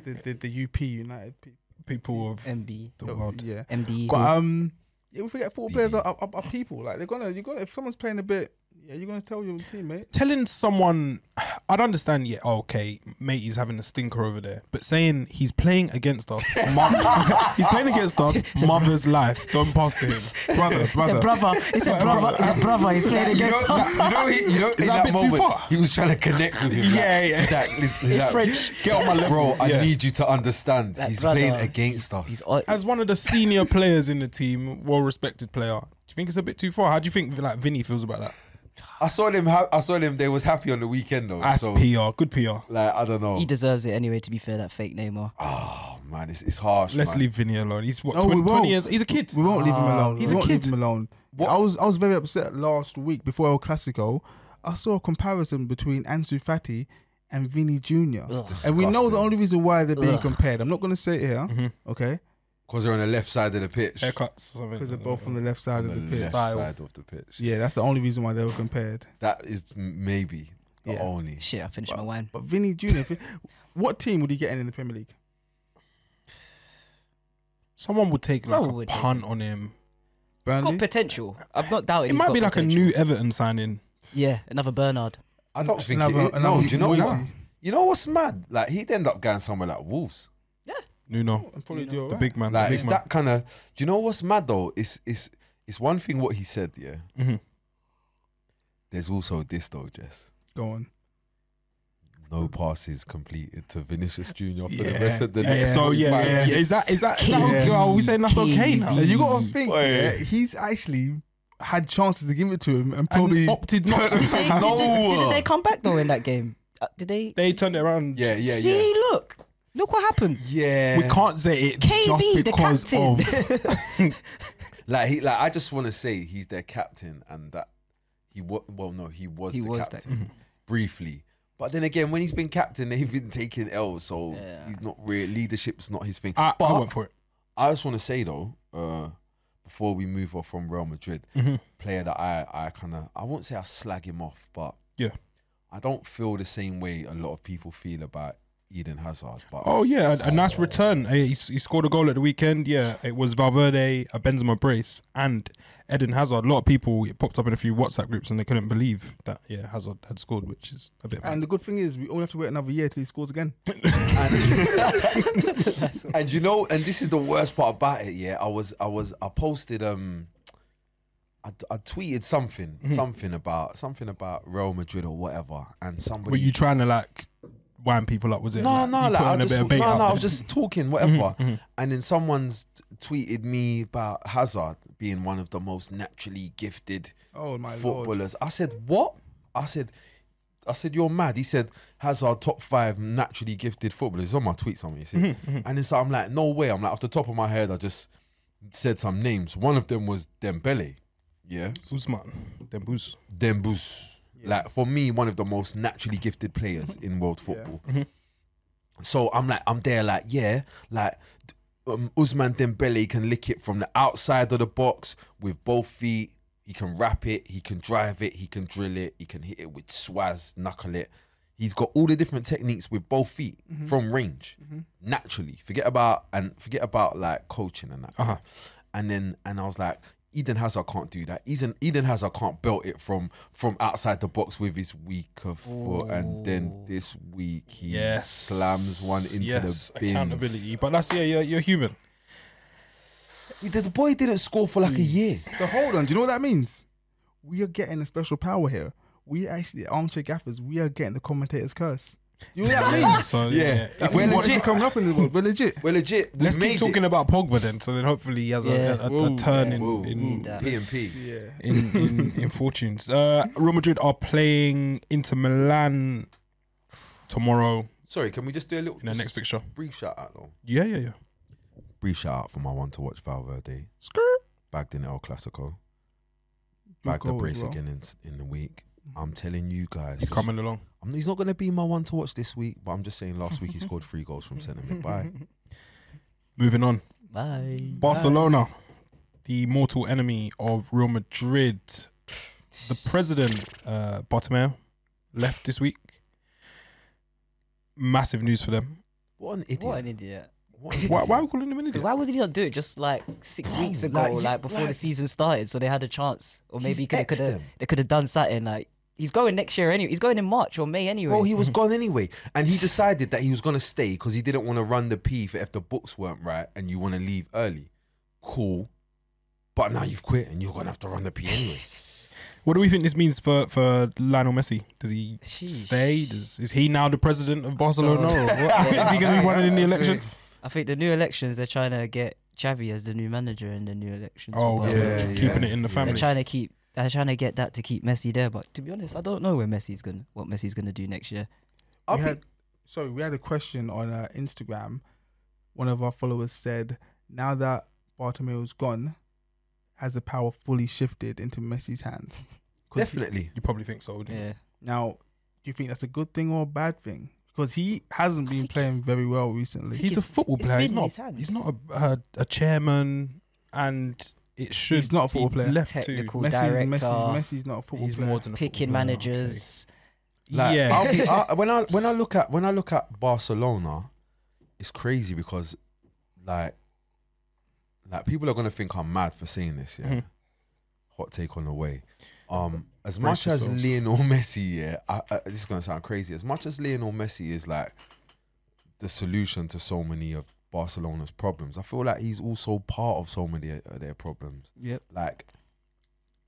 S3: the the, the UP United people.
S1: people of
S4: MB.
S1: the world.
S3: Yeah,
S4: MD.
S3: But um, yeah, we forget football players
S2: Yeah.
S3: are, are, are people. Like they're gonna, you gonna if somene's playing a bit, yeah, you're gonna tell your teammate.
S1: Telling someone I'd understand, yeah, oh, okay, mate, he's having a stinker over there. But saying he's playing against us, mo- he's playing against us, mother's life, don't pass to him. Brother,
S4: It's a
S1: brother.
S4: brother. It's a brother. It's a brother. He's playing
S2: You
S4: against
S2: know,
S4: us.
S2: you know, he- you know in
S1: that a
S2: that,
S1: bit too
S2: moment,
S1: far?
S2: he was trying to connect with him.
S1: Yeah,
S2: like,
S1: yeah.
S2: He's like, listen, he's
S4: In
S2: like,
S4: French.
S1: Get on my level.
S2: Bro, I
S1: Yeah.
S2: need you to understand.
S4: Like,
S2: he's
S4: brother,
S2: playing against us.
S4: He's all,
S1: As one of the senior players in the team, well respected player, do you think it's a bit too far? How do you think like Vinny feels about that?
S2: I saw them. Ha- I saw them. They was happy on the weekend though.
S1: That's
S2: so,
S1: PR, good PR.
S2: like I don't know.
S4: he deserves it anyway. To be fair, that fake Neymar.
S2: Oh man, it's, it's harsh.
S1: Let's
S2: man.
S1: leave Vinny alone. He's what,
S3: No, we
S1: 20,
S3: won't.
S1: 20 years? He's a kid.
S3: We won't leave him alone.
S1: He's
S3: we
S1: a
S3: won't
S1: kid.
S3: leave him alone. I was I was very upset last week before El Clasico. I saw a comparison between Ansu Fati and Vinny Jr. And we know the
S2: disgusting.
S3: only reason why they're being
S4: Ugh.
S3: compared. I'm not going to say it here,
S4: Mm-hmm.
S3: okay?
S2: because they're on the left side of the pitch.
S1: Mm-hmm. Haircuts or something.
S3: Because they're both on the left side
S2: On
S3: of the
S2: the
S3: pitch.
S2: left
S1: Style.
S2: side of the pitch.
S3: Yeah, that's the only reason why they were compared.
S2: That is m- maybe the
S3: Yeah.
S2: only.
S4: Shit, I finished my wine.
S3: But Vinny Jr. if it- what team would he get in in the Premier League?
S1: Someone would take like
S4: Someone
S1: a
S4: would take
S1: punt on him.
S4: He's got
S3: Burnley.
S4: potential. I'm not doubting.
S1: It
S4: he's
S1: might
S4: got
S1: be like
S4: potential.
S1: a new Everton signing.
S4: Yeah, another Bernard.
S2: I don't think.
S3: Another-
S2: it- no,
S3: another
S2: do you know?
S3: Moisey.
S2: what? You know what's mad? Like he'd end up going somewhere like Wolves.
S1: Nuno,
S3: And
S4: You
S3: probably
S4: know,
S3: do
S1: the
S3: alright.
S1: big man.
S2: Like
S1: the
S2: it's
S1: big man.
S2: that kind of. Do you know what's mad though? It's it's it's one thing what he said. Yeah.
S1: Mhm.
S2: There's also this though, Jess.
S3: Go on.
S2: No passes completed to Vinicius Junior for
S3: Yeah.
S2: the rest of the
S1: Yeah,
S2: next
S1: so yeah,
S2: 45
S1: yeah, yeah. Is that is that, is that
S3: Yeah.
S1: okay? Are we saying that's okay now?
S4: Yeah,
S3: You got to think,
S2: Wait.
S3: yeah, he's actually had chances to give it to him and
S1: And
S3: probably.
S1: opted not
S4: Did they,
S1: to.
S4: did-
S2: No.
S4: did, did they come back though in that game? Uh, did they?
S1: They turned it around.
S2: Yeah, yeah,
S4: See,
S2: yeah.
S4: look, look what happened.
S2: Yeah.
S1: We can't say it
S4: KB,
S1: just
S4: the
S1: because
S4: captain.
S1: of
S2: Like he like I just want to say he's their captain and that he was well no he was
S4: He
S2: the
S4: was that-
S2: captain briefly. But then again, when he's been captain, they've been taking L, so
S4: Yeah.
S2: he's not really leadership's not his thing.
S1: I,
S2: but
S1: I
S2: I,
S1: went for it.
S2: just want to say though, uh, before we move on from Real Madrid,
S1: Mm-hmm.
S2: player that I I kind of I won't say I slag him off, but
S1: Yeah.
S2: I don't feel the same way a lot of people feel about Eden Hazard. But
S1: Oh yeah, a, a nice return. Uh, He, s- he scored a goal at the weekend. Yeah, it was Valverde, a Benzema brace, and Eden Hazard. A lot of people it popped up in a few WhatsApp groups and they couldn't believe that yeah Hazard had scored, which is a bit.
S3: And the good thing is, we only have to wait another year till he scores again.
S2: and you know, and this is the worst part about it. Yeah, I was, I was, I posted, um, I, I tweeted something,
S1: Mm-hmm.
S2: something about something about Real Madrid or whatever, and somebody.
S1: were you trying to like wind people up? Was it?
S2: no,
S1: like,
S2: no,
S1: you
S2: like,
S1: putting
S2: I
S1: a bit
S2: was just,
S1: of bait
S2: no,
S1: out
S2: no, I
S1: there? Mm-hmm,
S2: was just talking, whatever. And then someone's t- tweeted me about Hazard being one of the most naturally gifted
S3: Oh, my Lord.
S2: footballers. I said, what? I said, I said, you're mad. He said, Hazard top five naturally gifted footballers. It's on my tweet something, you see.
S3: Mm-hmm.
S2: And then so I'm like, no way. I'm like, off the top of my head, I just said some names. One of them was Dembele. Yeah.
S1: Usman, then Booz.
S2: Dembus. Like for me, one of the most naturally gifted players in world football. So I'm like, I'm there, like, yeah, like d- um, Usman Dembele can lick it from the outside of the box with both feet. He can wrap it, he can drive it, he can drill it, he can hit it with swaz, knuckle it. He's got all the different techniques with both feet
S3: Mm-hmm.
S2: from range, naturally. Forget about and forget about like coaching and that.
S1: Uh-huh.
S2: And then and I was like, Eden Hazard can't do that. Eden Eden Hazard can't belt it from from outside the box with his weaker foot. And then this week he slams one into
S1: yes,
S2: the bin.
S1: accountability. But that's yeah, you're, you're human.
S2: The boy didn't score for like a year.
S3: So hold on. Do you know what that means? We are getting a special power here. We actually, armchair gaffers, we are getting the commentator's curse. You know what that means?
S1: So
S2: Yeah.
S1: yeah,
S2: That
S1: If
S2: we're
S1: you
S3: We're
S1: want-
S3: legit coming up in the world. We're legit.
S2: We're legit. We
S1: Let's keep
S2: made
S1: talking about Pogba then. So then hopefully he has a-
S4: Yeah.
S1: a, a,
S3: Whoa,
S1: turn
S4: yeah.
S1: in-
S2: Whoa.
S1: in,
S4: Need that.
S2: P and P.
S3: Yeah.
S1: in, in, in fortunes. Uh, Real Madrid are playing Inter Milan tomorrow
S2: Sorry, can we just do a little
S1: in their next
S2: just
S1: fixture.
S2: brief shout out though?
S1: Yeah, yeah, yeah.
S2: Brief shout out for my one to watch Valverde.
S1: Skirt.
S2: Bagged in El Clasico.
S3: Good
S2: Bagged the
S3: goal as
S2: brace
S3: well.
S2: again in, in the week. I'm telling you guys.
S1: He's
S2: just-
S1: coming along.
S2: I'm- he's not going to be my one to watch this week, but I'm just saying last week he scored three goals from centre mid. Bye.
S1: Moving on.
S4: Bye.
S1: Barcelona, the mortal enemy of Real Madrid. The president, uh, Bartomeu, left this week. Massive news for them.
S2: What an idiot.
S4: What an idiot.
S2: What an idiot.
S1: Why, why are we calling him an idiot?
S4: Why would he not do it just like six
S2: Bro,
S4: weeks ago,
S2: like,
S4: like,
S2: you-
S4: before
S2: like-
S4: the season started, so they had a chance, or
S2: He's
S4: maybe could
S2: exed
S4: could have
S2: them.
S4: they could have done something like He's going next year anyway. He's going in March or May anyway.
S2: Bro, he was gone anyway, and he decided that he was gonna stay because he didn't want to run the P for if the books weren't right and you want to leave early. Cool, but now you've quit and you're gonna have to run the P anyway.
S1: What do we think this means for, for Lionel Messi? Does he
S4: Sheesh.
S1: stay? Does, is he now the president of Barcelona?
S4: Oh.
S1: Or what? is he going to be running in the
S4: Yeah,
S1: elections?
S4: I think the new elections they're trying to get Xavi as the new manager in the new elections.
S1: Oh,
S4: Well,
S1: yeah,
S2: Yeah, yeah.
S1: keeping it in the
S2: They're
S4: They're
S1: family.
S4: trying to keep. They're trying to get that to keep Messi there, but to be honest, I don't know where Messi's gonna what Messi's gonna do next year.
S2: I'll
S3: we
S2: be-
S3: had, sorry, we had a question on uh, Instagram. One of our followers said, "Now that Bartomeu's gone, has the power fully shifted into Messi's hands?" 'Cause he-
S2: definitely.
S1: You probably think so. wouldn't you?
S4: Yeah,
S3: now, do you think that's a good thing or a bad thing? Because he hasn't been playing very well recently.
S1: He's a football
S4: it's
S1: player. He's
S4: been in
S1: not.
S4: his hands.
S1: He's not a, a, a chairman, and it should.
S3: He's not a
S1: be
S3: football player.
S1: Left to-
S4: technical
S3: Messi's,
S4: director,
S3: Messi's, Messi's not a football
S1: he's
S3: player.
S1: more than a
S4: picking
S1: football player,
S4: managers.
S1: okay.
S2: Like,
S1: yeah,
S2: I'll be, I, when I when I look at when I look at Barcelona, it's crazy because, like, like people are gonna think I'm mad for saying this. Yeah,
S1: Mhm.
S2: hot take on the way. Um, as
S1: Brace
S2: much as
S1: yourselves.
S2: Lionel Messi, yeah, I, I, this is gonna sound crazy. As much as Lionel Messi is like the solution to so many of Barcelona's problems, I feel like he's also part of so many of their problems.
S1: Mm.
S4: Yep,
S2: Like,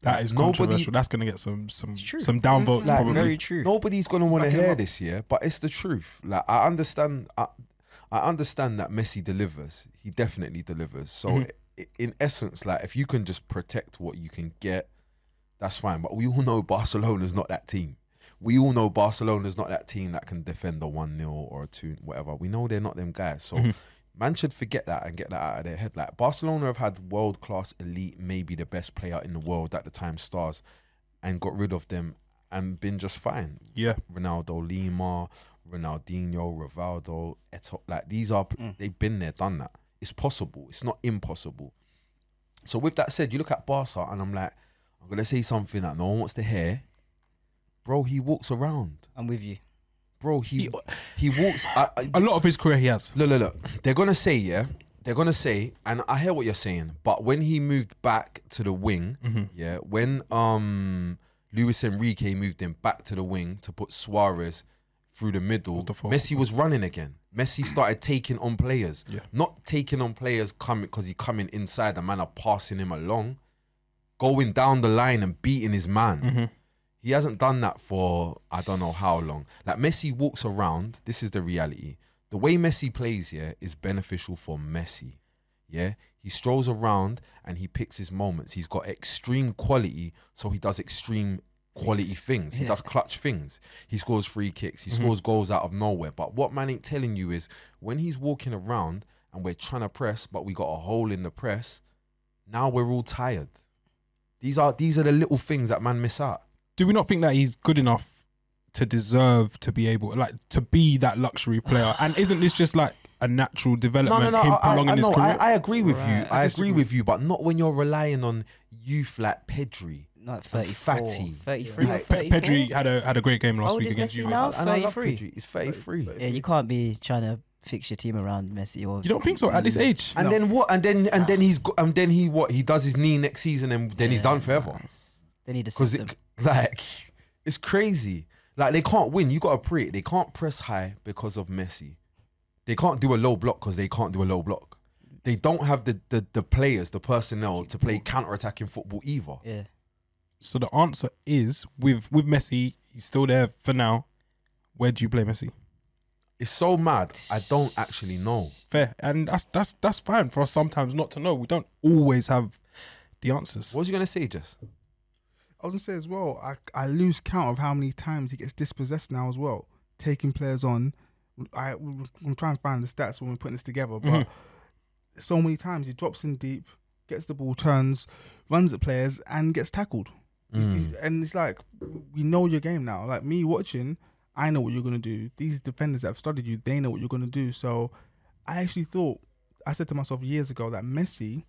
S1: that
S2: like,
S1: is
S2: nobody-
S1: controversial. That's going to get some some
S4: It's true.
S1: some downvotes
S2: Like,
S1: probably.
S4: very true.
S2: Nobody's gonna want to
S3: Back him
S2: hear
S3: up.
S2: this, yeah. But it's the truth. Like I understand, I, I understand that Messi delivers. He definitely delivers. So
S3: Mm-hmm.
S1: Mhm.
S2: i- in essence, like if you can just protect what you can get, that's fine. But we all know Barcelona's not that team. We all know Barcelona's not that team that can defend a one 0 or a two, whatever. We know they're not them guys. So
S3: Mm-hmm.
S1: Mhm.
S2: man should forget that and get that out of their head. Like Barcelona have had world class elite, maybe the best player in the world at the time, stars, and got rid of them and been just fine.
S1: Yeah,
S2: Ronaldo Lima, Ronaldinho, Rivaldo, Eto, like these are
S4: Mm.
S2: they've been there, done that. It's possible. It's not impossible. So with that said, you look at Barca and I'm like, I'm gonna say something that no one wants to hear. Bro, he walks around.
S4: I'm with you.
S2: Bro, he he, walks. I, I,
S1: a lot of his career he has.
S2: Look, look, look. They're gonna say, yeah. They're gonna say, and I hear what you're saying, but when he moved back to the wing,
S3: Mm-hmm.
S2: yeah, when um Luis Enrique moved him back to the wing to put Suarez through the middle,
S1: That's the fault.
S2: Messi was running again. Messi started taking on players,
S1: Yeah.
S2: not taking on players coming because he coming inside. The man are passing him along, going down the line and beating his man.
S3: Mm-hmm.
S2: He hasn't done that for I don't know how long. Like Messi walks around. This is the reality. The way Messi plays here is beneficial for Messi. Yeah, he strolls around and he picks his moments. He's got extreme quality, so he does extreme quality
S4: Yes.
S2: things. He
S4: Yeah. Mm-hmm.
S2: does clutch things. He scores free kicks. He scores goals out of nowhere. But what man ain't telling you is when he's walking around and we're trying to press, but we got a hole in the press. Now we're all tired. These are these are the little things that man miss out.
S1: Do we not think that he's good enough to deserve to be able, like, to be that luxury player? And isn't this just like a natural development? him prolonging his
S2: no,
S1: career.
S2: I, I agree with you.
S3: Right.
S2: I,
S3: I
S2: agree
S3: disagree.
S2: with you, but not when you're relying on youth like Pedri.
S4: Not
S2: And
S4: 34,
S2: fatty.
S4: 33
S2: Yeah.
S4: or
S2: Like,
S1: Pe-
S4: 34.
S1: Pedri had a had a great game
S4: How
S1: last
S4: old
S1: week
S4: is
S1: against
S4: Messi
S1: you.
S4: now?
S2: And I love
S4: 33.
S2: Pedri. He's 33.
S4: Yeah, you can't be trying to fix your team around Messi or.
S1: You don't think so at this age?
S2: And
S3: No.
S2: then what? And then and then he's go- and then he what? He does his knee next season, and then he's
S4: Yeah,
S2: done
S4: nah,
S2: forever.
S4: it's- They need a
S2: Because
S4: system.
S2: it like it's crazy. Like they can't win. You got to pre it. They can't press high because of Messi. They can't do a low block because they can't do a low block. They don't have the the, the players, the personnel to play counter attacking football either.
S4: yeah.
S1: So the answer is with with Messi, he's still there for now. Where do you play Messi?
S2: It's so mad. I don't actually know.
S1: Fair, and that's that's that's fine for us sometimes not to know. We don't always have the answers.
S2: What was you gonna say, Jess?
S3: I was gonna say as well, I, I lose count of how many times he gets dispossessed now as well, taking players on. I I'm trying to find the stats when we're putting this together, but
S1: Mhm.
S3: so many times he drops in deep, gets the ball, turns, runs at players, and gets tackled.
S2: Mm.
S3: And it's like we know your game now. Like me watching, I know what you're gonna do. These defenders that have studied you, they know what you're gonna do. So I actually thought I said to myself years ago that Messi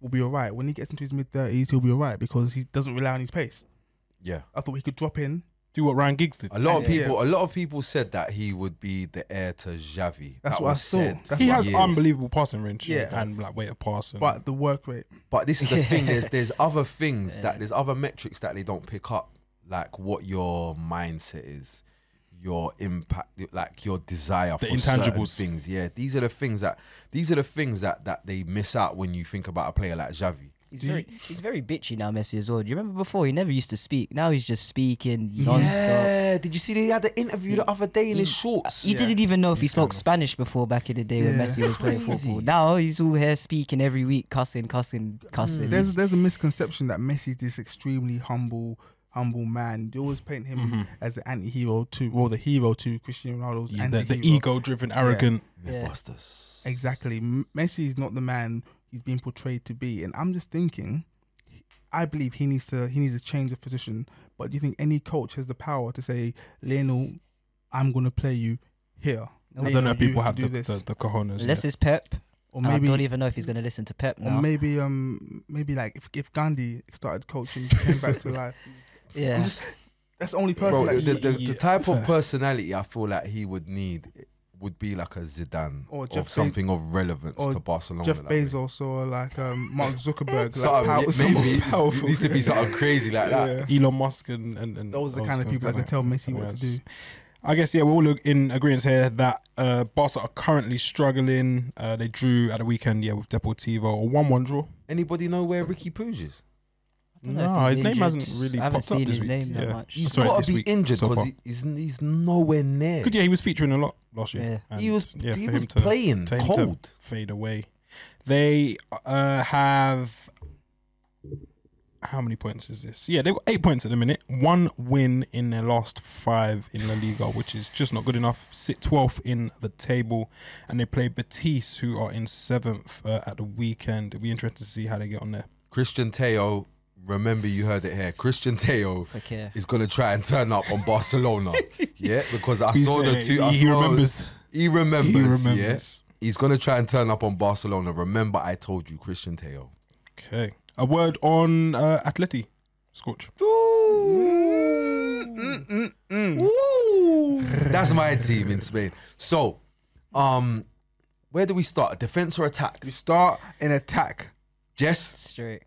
S3: will be alright when he gets into his mid thirties. He'll be alright because he doesn't rely on his pace.
S2: Yeah.
S3: I thought he could drop in.
S1: Do what Ryan Giggs did.
S2: A lot of
S3: Yeah.
S2: people, a lot of people said that he would be the heir to Xavi.
S3: That's
S2: that
S3: what I
S2: was
S3: saw.
S2: said.
S3: That's
S1: He
S3: what
S1: has
S2: Yes.
S1: unbelievable passing range
S3: Yeah.
S1: and like way to pass. And
S3: But the work rate,
S2: But this is the thing.
S4: Yeah.
S2: There's there's other things
S4: Yeah.
S2: that there's other metrics that they don't pick up. like what your mindset is, your impact, like your desire
S1: The
S2: for certain
S1: intangibles.
S2: things. Yeah, these are the things that these are the things that that they miss out when you think about a player like Xavi.
S4: He's
S1: Do you-
S4: very, he's very bitchy now, Messi as well. Do you remember before he never used to speak? Now he's just speaking nonstop.
S2: Yeah, did you see that he had the interview the other day in
S4: he-
S2: his shorts?
S4: You
S3: Yeah.
S4: didn't even know if he
S1: He's
S4: spoke
S1: terrible.
S4: Spanish before back in the day when
S3: Yeah.
S4: Messi was playing
S2: Crazy.
S4: football. Now he's all here speaking every week, cussing, cussing, cussing.
S3: There's there's a misconception that Messi's this extremely humble humble man. They always paint him as the anti-hero to, well, the hero to Cristiano Ronaldo's
S1: Yeah, the,
S3: anti-hero.
S1: the ego-driven, arrogant.
S4: Yeah.
S2: Mythbusters.
S3: Exactly. M- Messi is not the man he's being portrayed to be, and I'm just thinking, I believe he needs to he needs a change of position. But do you think any coach has the power to say, Lionel, I'm going to play you here?
S1: I
S3: Lionel,
S1: don't know if
S3: you
S1: people
S3: can
S1: have
S3: do
S1: the,
S3: this.
S1: the, the cojones.
S4: Unless it's Pep.
S3: or
S4: and I don't
S3: maybe.
S4: even know if he's going to listen to Pep now.
S3: Or maybe, um, maybe like if, if Gandhi started coaching, he came back to life.
S4: yeah.
S3: I'm just- That's the only person.
S2: Bro,
S3: that
S2: the,
S3: he-
S2: the,
S1: Yeah.
S2: the type
S1: Fair.
S2: of personality I feel like he would need would be like a Zidane
S3: Or
S2: or,
S3: Jeff Be-
S2: something of relevance
S3: or
S2: to Barcelona.
S3: Jeff
S2: like, really.
S3: Bezos or like um, Mark Zuckerberg. like,
S2: Something-
S3: power,
S2: yeah,
S3: someone
S2: maybe it's- it
S3: powerful.
S2: needs to be something crazy like that.
S3: Yeah.
S1: Elon Musk and, and, and
S3: Those are the
S1: those
S3: kind of
S1: things
S3: people that
S1: Oh, like
S3: could tell Messi what to
S1: Yes.
S3: do.
S1: I guess yeah, we're all in agreement here that uh, Barca are currently struggling. Uh, they drew at the weekend, yeah, with Deportivo, a one-one draw.
S2: Anybody know where Ricky Puig is?
S4: I don't know if
S1: No,
S4: he's
S1: his name
S4: injured.
S1: hasn't really
S4: I haven't
S1: popped up
S4: seen
S1: this
S4: his
S1: week,
S4: name that
S1: yeah.
S4: much.
S2: He's
S1: Sorry,
S2: got
S1: this
S2: to be
S1: week
S2: injured
S1: so
S2: because
S1: far.
S2: he, he's, he's nowhere near.
S1: Good, yeah, he was featuring a lot last year.
S4: Yeah.
S1: and,
S2: he was
S1: yeah,
S2: he
S1: for
S2: was
S1: him to
S2: playing
S1: to him to-
S2: Mm. cold.
S1: fade away. They uh, have how many points is this? Yeah, they've got eight points at the minute. One win in their last five in La Liga, which is just not good enough. Sit twelfth in the table, and they play Betis, who are in seventh uh, at the weekend. It'll be interesting to see how they get on there.
S2: Christian Teo, remember you heard it here. Christian Teo
S4: For care.
S2: is gonna try and turn up on Barcelona. yeah, because I
S1: He's,
S2: saw the
S1: uh,
S2: two. I
S1: He, he
S2: saw-
S1: remembers.
S2: He remembers.
S1: He
S2: Yeah?
S1: remembers.
S2: He's gonna try and turn up on Barcelona. Remember, I told you, Christian Teo.
S1: Okay. A word on uh, Atleti, Scorch.
S3: Mm,
S2: That's my team in Spain. So, um, where do we start? Defense or attack?
S3: You start an attack.
S2: Jess,
S4: Straight.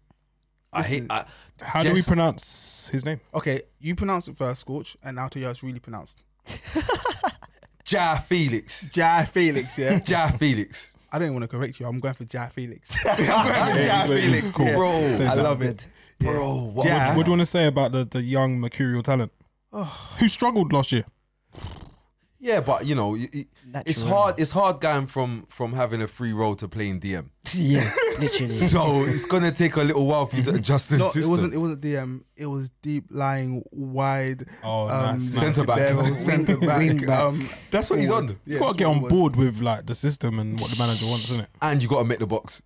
S2: I hate. I,
S1: How do
S2: Yes.
S1: we pronounce his name?
S3: Okay, you pronounce it first, Scorch, and I'll tell you how it's really pronounced.
S2: Ja Felix.
S3: Jai Felix, yeah.
S2: Ja Felix.
S3: I don't want to correct you. I'm going for Jai Felix.
S2: Ja
S1: English is
S2: Felix,
S1: cool.
S2: bro.
S1: Stays
S2: I
S1: up.
S2: love it, bro. What
S3: Ja.
S2: would-
S1: What do you want to say about the, the young mercurial talent who struggled last year?
S2: Yeah, but you know, y- y- it's
S4: Natural.
S2: hard. It's hard going from from having a free role to playing DM.
S4: yeah, literally.
S2: So it's gonna take a little while for you to adjust the
S3: no, it
S2: system.
S3: wasn't. It wasn't DM. It was deep lying, wide.
S1: Oh,
S3: Um,
S1: nice.
S2: Centre back.
S3: barrel, centre
S4: Wing
S3: back.
S4: back.
S3: Um,
S2: That's what he's
S3: forward.
S2: on.
S3: Yeah,
S1: You gotta
S3: that's
S1: get
S3: what
S1: on
S3: it was.
S1: board with like the system and what the manager wants, isn't it?
S2: And you gotta make the box.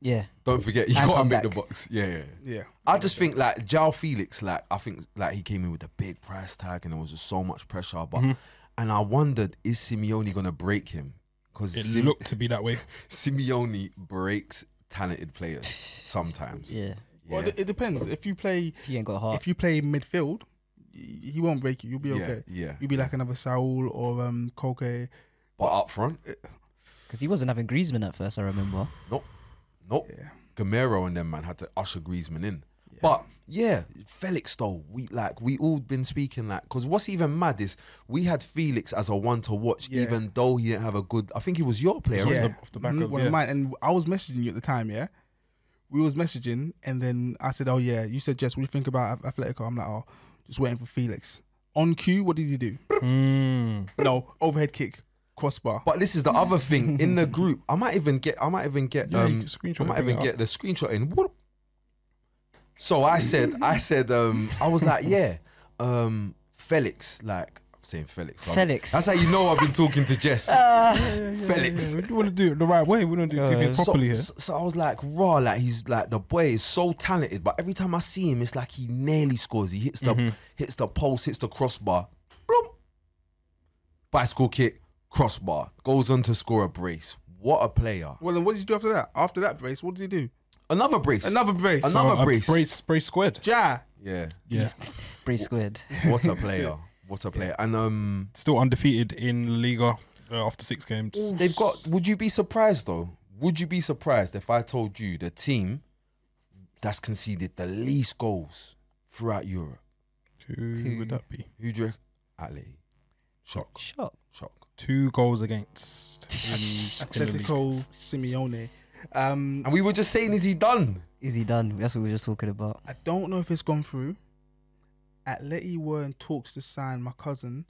S4: Yeah.
S2: Don't forget, you
S4: And
S2: gotta
S4: come
S2: make the
S4: back.
S2: box. Yeah, yeah. yeah.
S3: Yeah.
S2: I just think like Jao Felix, like I think like he came in with a big price tag and there was just so much pressure. But
S4: Mm-hmm.
S2: and I wondered, is Simeone gonna break him? Because
S1: It looked to be that way.
S2: Simeone breaks talented players sometimes.
S4: Yeah.
S3: Well,
S2: Yeah.
S3: it depends. If you play,
S4: If you ain't got heart.
S3: if you play midfield, y- he won't break you. You'll be
S2: yeah,
S3: okay.
S2: yeah.
S3: You'll be like another Saul or um Koke.
S2: But up front,
S4: Because he wasn't having Griezmann at first, I remember.
S2: nope, nope.
S3: Yeah.
S2: Gamero and them man had to usher Griezmann in. But yeah, Felix though, we like we all been speaking like because what's even mad is we had Felix as a one to watch,
S3: Yeah.
S2: even though he didn't have a good. I think he was your player.
S1: Yeah.
S2: Yeah.
S1: the- off the back
S3: Mm,
S1: of-
S3: one
S1: yeah.
S3: mine. And I was messaging you at the time, yeah. We was messaging, and then I said, "Oh yeah," you said, "Jess, what do you think about Ath- Atletico?" I'm like, "Oh, just waiting for Felix." On cue, what did he do?
S1: Mm.
S3: no overhead kick, crossbar.
S2: But this is the other thing in the group. I might even get. I might even get.
S1: Yeah, you
S2: um,
S1: can screenshot
S2: I
S1: it,
S2: might
S1: bring
S2: even
S1: it
S2: get the screenshot in. What? So I said. I said. Um, I was like, yeah. Um, Felix, like I'm saying Felix. so I'm-
S4: Felix. Oh, Ah.
S2: That's how you know I've been talking to Jess. Felix.
S1: Yeah, we want to do it the right way. We don't do, do
S4: Yeah.
S1: things
S2: So-
S1: properly here.
S2: so, so I was like, raw, like he's like the boy is so talented, but every time I see him, it's like he nearly scores. He hits the
S1: Mm-hmm.
S2: hits the post, hits the crossbar, bloop. bicycle kick, crossbar, goes on to score a brace. What a player!
S3: well, then what did you do after that? After that brace, what did he do?
S2: Another brace.
S3: Another brace.
S2: Another-
S1: a
S2: brace.
S1: Uh, brace, brace squared.
S3: Ja.
S2: Yeah.
S1: Yeah,
S4: Pretty squared.
S2: What a player. What a player. And um,
S1: still undefeated in Liga uh, after six games.
S2: they've got. Would you be surprised though? Would you be surprised if I told you the team that's conceded the least goals throughout Europe?
S1: Who,
S4: Who?
S1: would that be?
S2: Who do you reckon? Atleti. Shock.
S4: Shock.
S2: Shock.
S1: Two goals against. in- in the league.
S3: Atletico Simeone. Um,
S2: And we were just saying, is he done?
S4: Is he done? That's what we were just talking about.
S3: I don't know if it's gone through. Atleti were in talks to sign my cousin,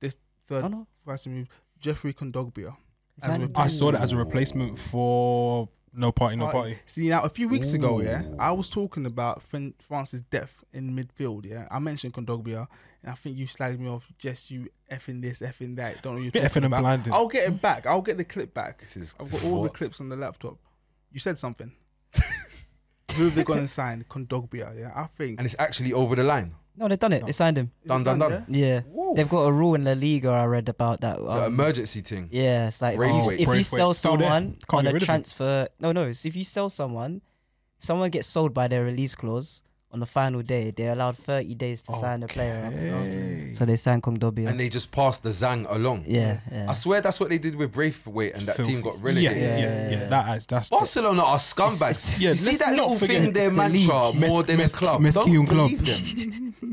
S3: this third
S4: Oh no.
S3: person move, Jeffrey Condogbia.
S4: Is
S3: As
S4: that-
S3: with-
S1: I saw that as a replacement for no party, no
S3: Party.
S1: party.
S3: See now, a few weeks ago, yeah,
S2: Ooh.
S3: I was talking about Fran- France's depth in midfield. Yeah, I mentioned Condogbia, and I think you slagged me off. Just you effing this, effing that. Don't know what you're
S1: Effing
S3: talking
S1: and
S3: about.
S1: blinding.
S3: I'll get it back. I'll get the clip back.
S2: This is
S3: I've got all the
S2: what?
S3: clips on the laptop. You said something. Who have they gone and signed? Condogbia. Yeah, I think.
S2: And it's actually over the line.
S4: No, they've done it. They signed him.
S3: Is it
S2: Done, done, done.
S3: yeah?
S4: Yeah.
S2: Whoa.
S4: They've got a rule in La Liga I read about that.
S2: the
S4: um,
S2: emergency thing.
S4: Yeah, it's like if you,
S2: Braithwaite.
S4: if you
S1: Braithwaite.
S4: sell
S1: Still there.
S4: someone
S1: Can't
S4: on
S1: get
S4: a
S1: rid of him.
S4: transfer, no, no. So if you sell someone, if someone gets sold by their release clause on the final day, they're allowed 30 days to sign a player.
S1: Okay.
S4: So they signed Kongdobia.
S2: And they just passed the Zang along.
S4: yeah, yeah.
S2: I swear that's what they did with Braithwaite and that
S1: Filthy.
S2: team got
S1: Yeah,
S2: relegated.
S1: yeah, yeah.
S4: Yeah.
S1: yeah. That is that's
S2: Barcelona are scumbags.
S4: It's- it's-
S1: Yeah,
S2: you see
S1: let's
S2: that
S1: not
S2: little
S1: forget
S2: thing, their
S4: it's the league.
S2: mantra, more
S1: Mes-
S2: than
S1: mes-
S2: a club.
S1: mes-
S2: Don't
S1: un club.
S2: believe them.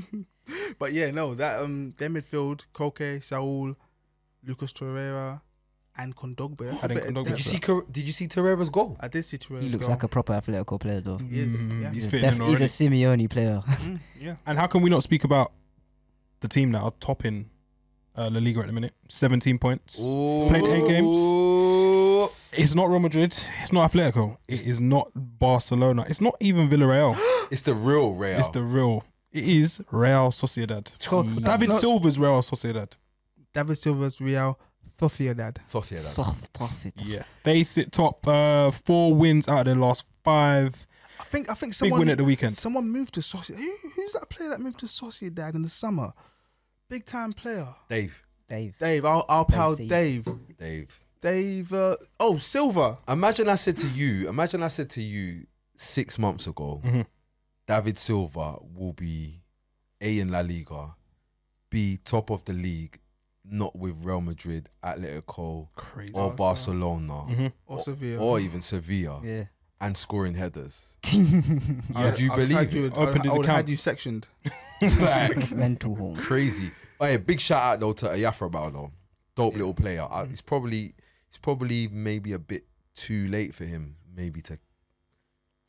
S3: But yeah, no, that um their midfield, Koke, Saul, Lucas Torreira, and Kondogba. That's a
S1: I think
S3: bit
S1: Kondogba-
S3: of
S2: Did
S3: depth.
S2: you see? Car- Did you see Torreira's goal?
S3: I did see Torreira.
S4: he looks like a proper Atletico player, though.
S3: he is,
S1: Mm,
S3: yeah.
S1: He's
S4: He's,
S1: fitting in
S4: def- he's
S1: already.
S4: a Simeone player.
S3: Mm, yeah.
S1: And how can we not speak about the team that are topping uh, La Liga at the minute? 17 points. Played eight games.
S2: Ooh.
S1: It's not Real Madrid. It's not Atletico. It is not Barcelona. It's not even Villarreal.
S2: It's the real Real.
S1: It's the real. It is Real Sociedad.
S3: So,
S1: David
S3: no-
S1: Silva's Real Sociedad.
S3: David Silva's Real Sociedad.
S2: Sociedad.
S1: Yeah. They sit top uh, four wins out of their last five.
S3: I think I think
S1: Big
S3: someone
S1: win at the weekend.
S3: someone moved to Sociedad. Who, who's that player that moved to Sociedad in the summer? Big time player.
S2: Dave.
S4: Dave.
S3: Dave, our, our pal
S4: Dave.
S3: Dave.
S2: Dave.
S3: Dave. Uh, oh, Silva.
S2: Imagine I said to you. Imagine I said to you six months ago.
S1: Mhm.
S2: David Silva will be A in La Liga, B top of the league, not with Real Madrid, Atletico,
S1: Crazy.
S2: or
S3: Barcelona.
S2: Barcelona,
S1: Mhm.
S3: Or Sevilla.
S2: or even Sevilla,
S4: Mm-hmm. Yeah.
S2: and scoring headers.
S1: Yeah.
S2: Would you
S3: I'd have
S2: believe
S3: had
S2: it?
S3: you,
S1: Opened
S3: I
S1: his
S3: would have had
S1: account.
S3: you sectioned.
S2: like
S4: Mental home.
S2: crazy. Oh yeah, big shout out though to Ayafrabal though. Dope little player. I,
S4: Mm-hmm.
S2: it's probably it's probably maybe a bit too late for him maybe to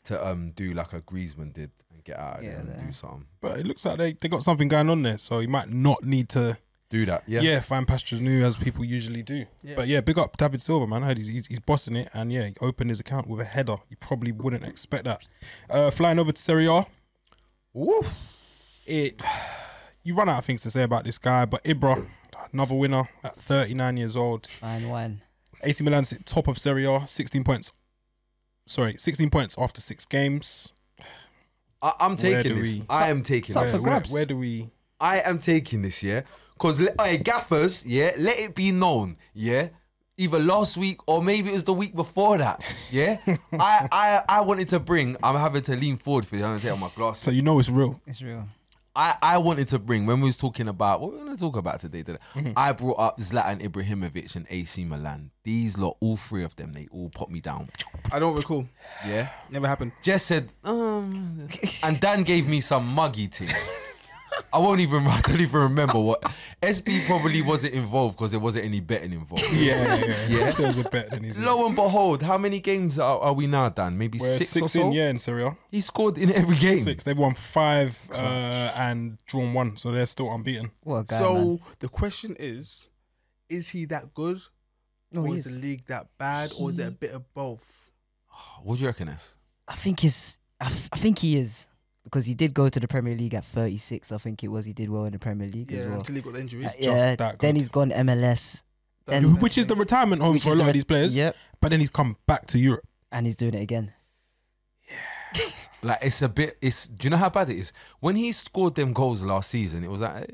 S2: to um do like a Griezmann did and get out of
S4: Yeah,
S2: there and
S4: there.
S2: do something.
S1: But it looks like they, they got something going on there. So you might not need to,
S2: Do that.
S1: yeah,
S2: Yeah.
S1: find pastures new as people usually do.
S3: Yeah.
S1: But yeah, big up David Silva, man. I heard he's, he's, he's bossing it. And yeah, he opened his account with a header. You probably wouldn't expect that. Uh, flying over to Serie A.
S2: Woof.
S1: it you run out of things to say about this guy, but Ibra, another winner at 39 years old.
S4: Fine one.
S1: AC Milan sit top of Serie A, 16 points. Sorry, 16 points after six games.
S2: I, I'm
S1: Where
S2: taking
S1: do
S2: this.
S1: we-
S2: I am taking
S4: Up
S1: Where,
S2: this.
S4: for
S1: where,
S4: grabs.
S1: where do we?
S2: I am taking this, yeah? Because, hey, gaffers, yeah, let it be known, yeah? Either last week or maybe it was the week before that, yeah? I, I I wanted to bring, I'm having to lean forward for you, I'm taking my
S1: So
S2: glasses.
S1: you know it's real.
S4: It's real.
S2: I, I wanted to bring, when we was talking about, what we going to talk about today, did
S1: Mm-hmm.
S2: I brought up Zlatan Ibrahimovic and AC Milan. These lot, all three of them, they all popped me down,
S3: I don't recall.
S2: yeah?
S3: Never happened.
S2: Jess said, um, and Dan gave me some muggy thing. I won't even. I don't even remember what. SB probably wasn't involved because there wasn't any betting involved.
S1: Yeah, yeah, yeah. There was a bet then he's in.
S2: Lo and behold, how many games are, are we now, Dan? Maybe
S1: We're
S2: six,
S1: six,
S2: or
S1: in,
S2: so.
S1: yeah, in Serie A.
S2: He scored in every game.
S1: Six. They've won five uh, and drawn one, so they're still unbeaten.
S4: What a guy.
S3: so
S4: man.
S3: the question is, is he that good,
S4: No,
S3: or
S4: he
S3: is the
S4: is.
S3: league that bad, or is it a bit of both?
S2: What do you reckon, S?
S4: I think he's. I, f- I think he is because he did go to the Premier League at 36. I think it was. He did well in the Premier League
S3: Yeah,
S4: as well.
S3: until he got the injury.
S4: Uh,
S1: just
S4: yeah.
S1: that
S4: Then
S1: good.
S4: he's gone MLS.
S3: That's
S4: then-
S1: Which is the retirement home
S4: which
S1: for a
S4: is
S1: lot
S4: the-
S1: of these players.
S4: Yep.
S1: But then he's come back to Europe.
S4: And he's doing it again.
S2: Like it's a bit. It's. Do you know how bad it is? When he scored them goals last season, it was like. eh,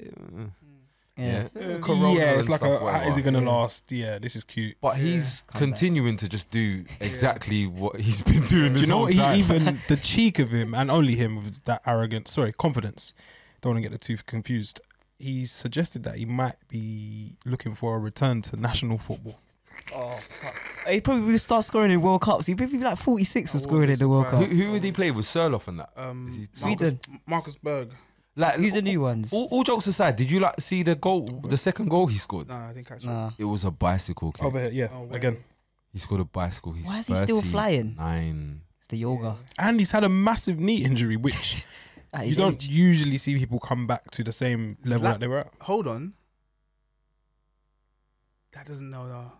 S2: eh,
S4: Yeah.
S2: yeah. Corona
S1: Yeah, it's
S2: and
S1: like,
S2: stuff,
S1: a, how is it
S2: whatever.
S1: going to last? Yeah, this is cute.
S2: But he's
S4: Come back.
S2: continuing to just do exactly what he's been
S1: Do
S2: doing this
S1: you know
S2: whole
S1: what? He
S2: time.
S1: even the cheek of him, and only him with that arrogance. Sorry, confidence. Don't want to get the two confused. He suggested that he might be looking for a return to national football.
S4: Oh, he probably will start scoring in World Cups. He'd probably be like 46
S1: Oh,
S3: I
S4: and scoring in
S3: wouldn't
S4: the World
S3: be
S2: Who,
S4: Cup.
S3: surprised.
S2: who would he play with? Serloff and that.
S3: Um,
S2: Is he-
S3: Marcus-
S4: Sweden.
S3: Marcus Berg.
S2: Like
S4: Who's the new ones?
S1: Oh,
S2: All, all jokes aside, did you like see the goal? The second goal he scored.
S3: No, I think actually.
S4: Nah.
S2: It was a bicycle kick.
S1: Over here, yeah.
S3: Oh, wow.
S1: Again,
S2: He scored a bicycle. He's
S4: Why is he still
S2: 30,
S4: flying?
S2: Nine.
S4: It's the yoga.
S1: and he's had a massive knee injury, which
S4: At
S1: you
S4: his
S1: don't
S4: age.
S1: usually see people come back to the same level
S3: Zla-
S1: that they were at.
S3: Hold on. That doesn't know though.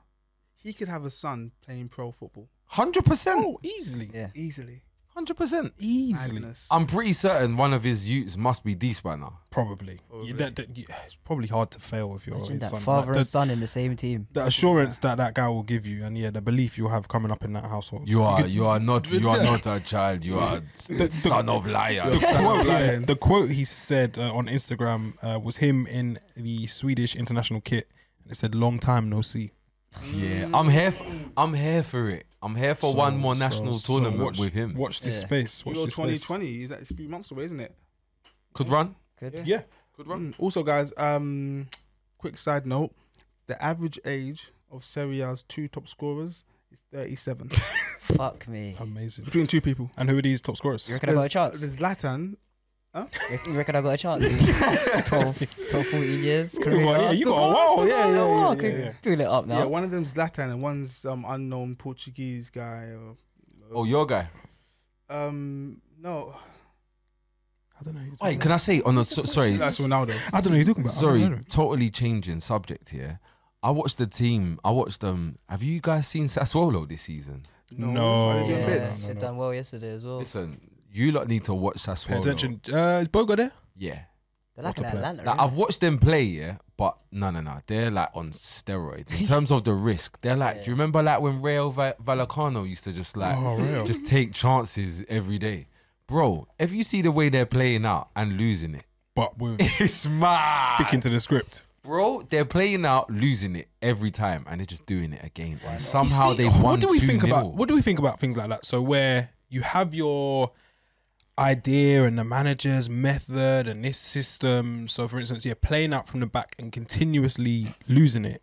S3: He could have a son playing pro football
S2: Hundred percent.
S1: Oh, easily,
S4: Yeah.
S3: easily.
S2: Hundred percent.
S1: easily,
S3: Madness.
S2: I'm pretty certain one of his youths must be D by now.
S1: probably. You- that- that- you- it's probably hard to fail if you're
S4: Imagine
S1: his
S4: that
S1: son.
S4: father
S1: Like,
S4: and
S1: the,
S4: son in the same team.
S1: the assurance that that guy will give you, and yeah, the belief you'll have coming up in that household.
S2: You are.
S1: could-
S2: You are not. You are not a child. You are
S1: the-
S2: son of liar.
S1: the quote, yeah, the quote he said uh, on Instagram uh, was him in the Swedish international kit, and it said "Long time no see."
S2: Yeah, I'm here. f I'm here for it. I'm here for
S1: Mm. So-
S2: one more
S1: so-
S2: national
S1: so
S2: tournament
S1: watch-
S2: with him.
S1: Watch this
S4: Yeah.
S1: space. Watch
S3: Euro
S1: this space.
S3: 2020 is that it's a few months away, isn't it?
S2: Could run.
S4: Good.
S1: Yeah,
S2: Could run.
S3: Mm. Also, guys, um, quick side note: the average age of Serie A's two top scorers is 37.
S4: Fuck me.
S1: amazing.
S3: Between two people,
S1: And who are these top scorers?
S4: You reckon I got a chance?
S3: There's Latan.
S4: You reckon I got a chance? 12, 12 14 years.
S1: Still got- yeah,
S4: I
S1: you
S4: still
S1: got a while.
S4: still got a
S3: Yeah, yeah,
S4: little
S3: yeah,
S4: while.
S3: yeah,
S4: Could
S1: yeah.
S4: Fill it up now.
S3: Yeah, one of them's Latan and one's some unknown Portuguese guy. Or,
S2: Oh, your guy.
S3: um, no,
S1: I don't know. who you're
S2: Wait,
S1: talking
S2: can I say on a so, sorry?
S3: that's Ronaldo.
S1: about. I don't know who you're talking about. I don't know
S2: Sorry,
S1: them.
S2: totally changing subject here. I watched the team. I watched um. Have you guys seen Sassuolo this season?
S1: No.
S3: Are they doing
S4: yeah,
S3: bits?
S1: No, no,
S4: they've
S1: no.
S4: done well yesterday as well.
S2: Listen, you lot need to watch
S1: Pay
S2: Sassuolo.
S1: attention. Uh, is Bogo there?
S2: Yeah,
S4: They're like
S1: What a
S4: in
S1: player.
S4: Atlanta.
S2: like,
S4: really.
S2: I've watched them play. Yeah, but no, no, no. They're like on steroids in terms of the risk. They're like, do
S4: Yeah.
S2: you remember like when Real Va- Vallecano used to just like
S1: Oh, real.
S2: just take chances every day. Bro, if you see the way they're playing out and losing it,
S1: But we're
S2: it's mad.
S1: sticking to the script.
S2: Bro, they're playing out, losing it every time, and they're just doing it again. And
S1: You
S2: somehow
S1: see,
S2: they won.
S1: What do we think
S2: 2-0.
S1: about? What do we think about things like that? So where you have your idea and the manager's method and this system. So for instance, yeah, playing out from the back and continuously losing it.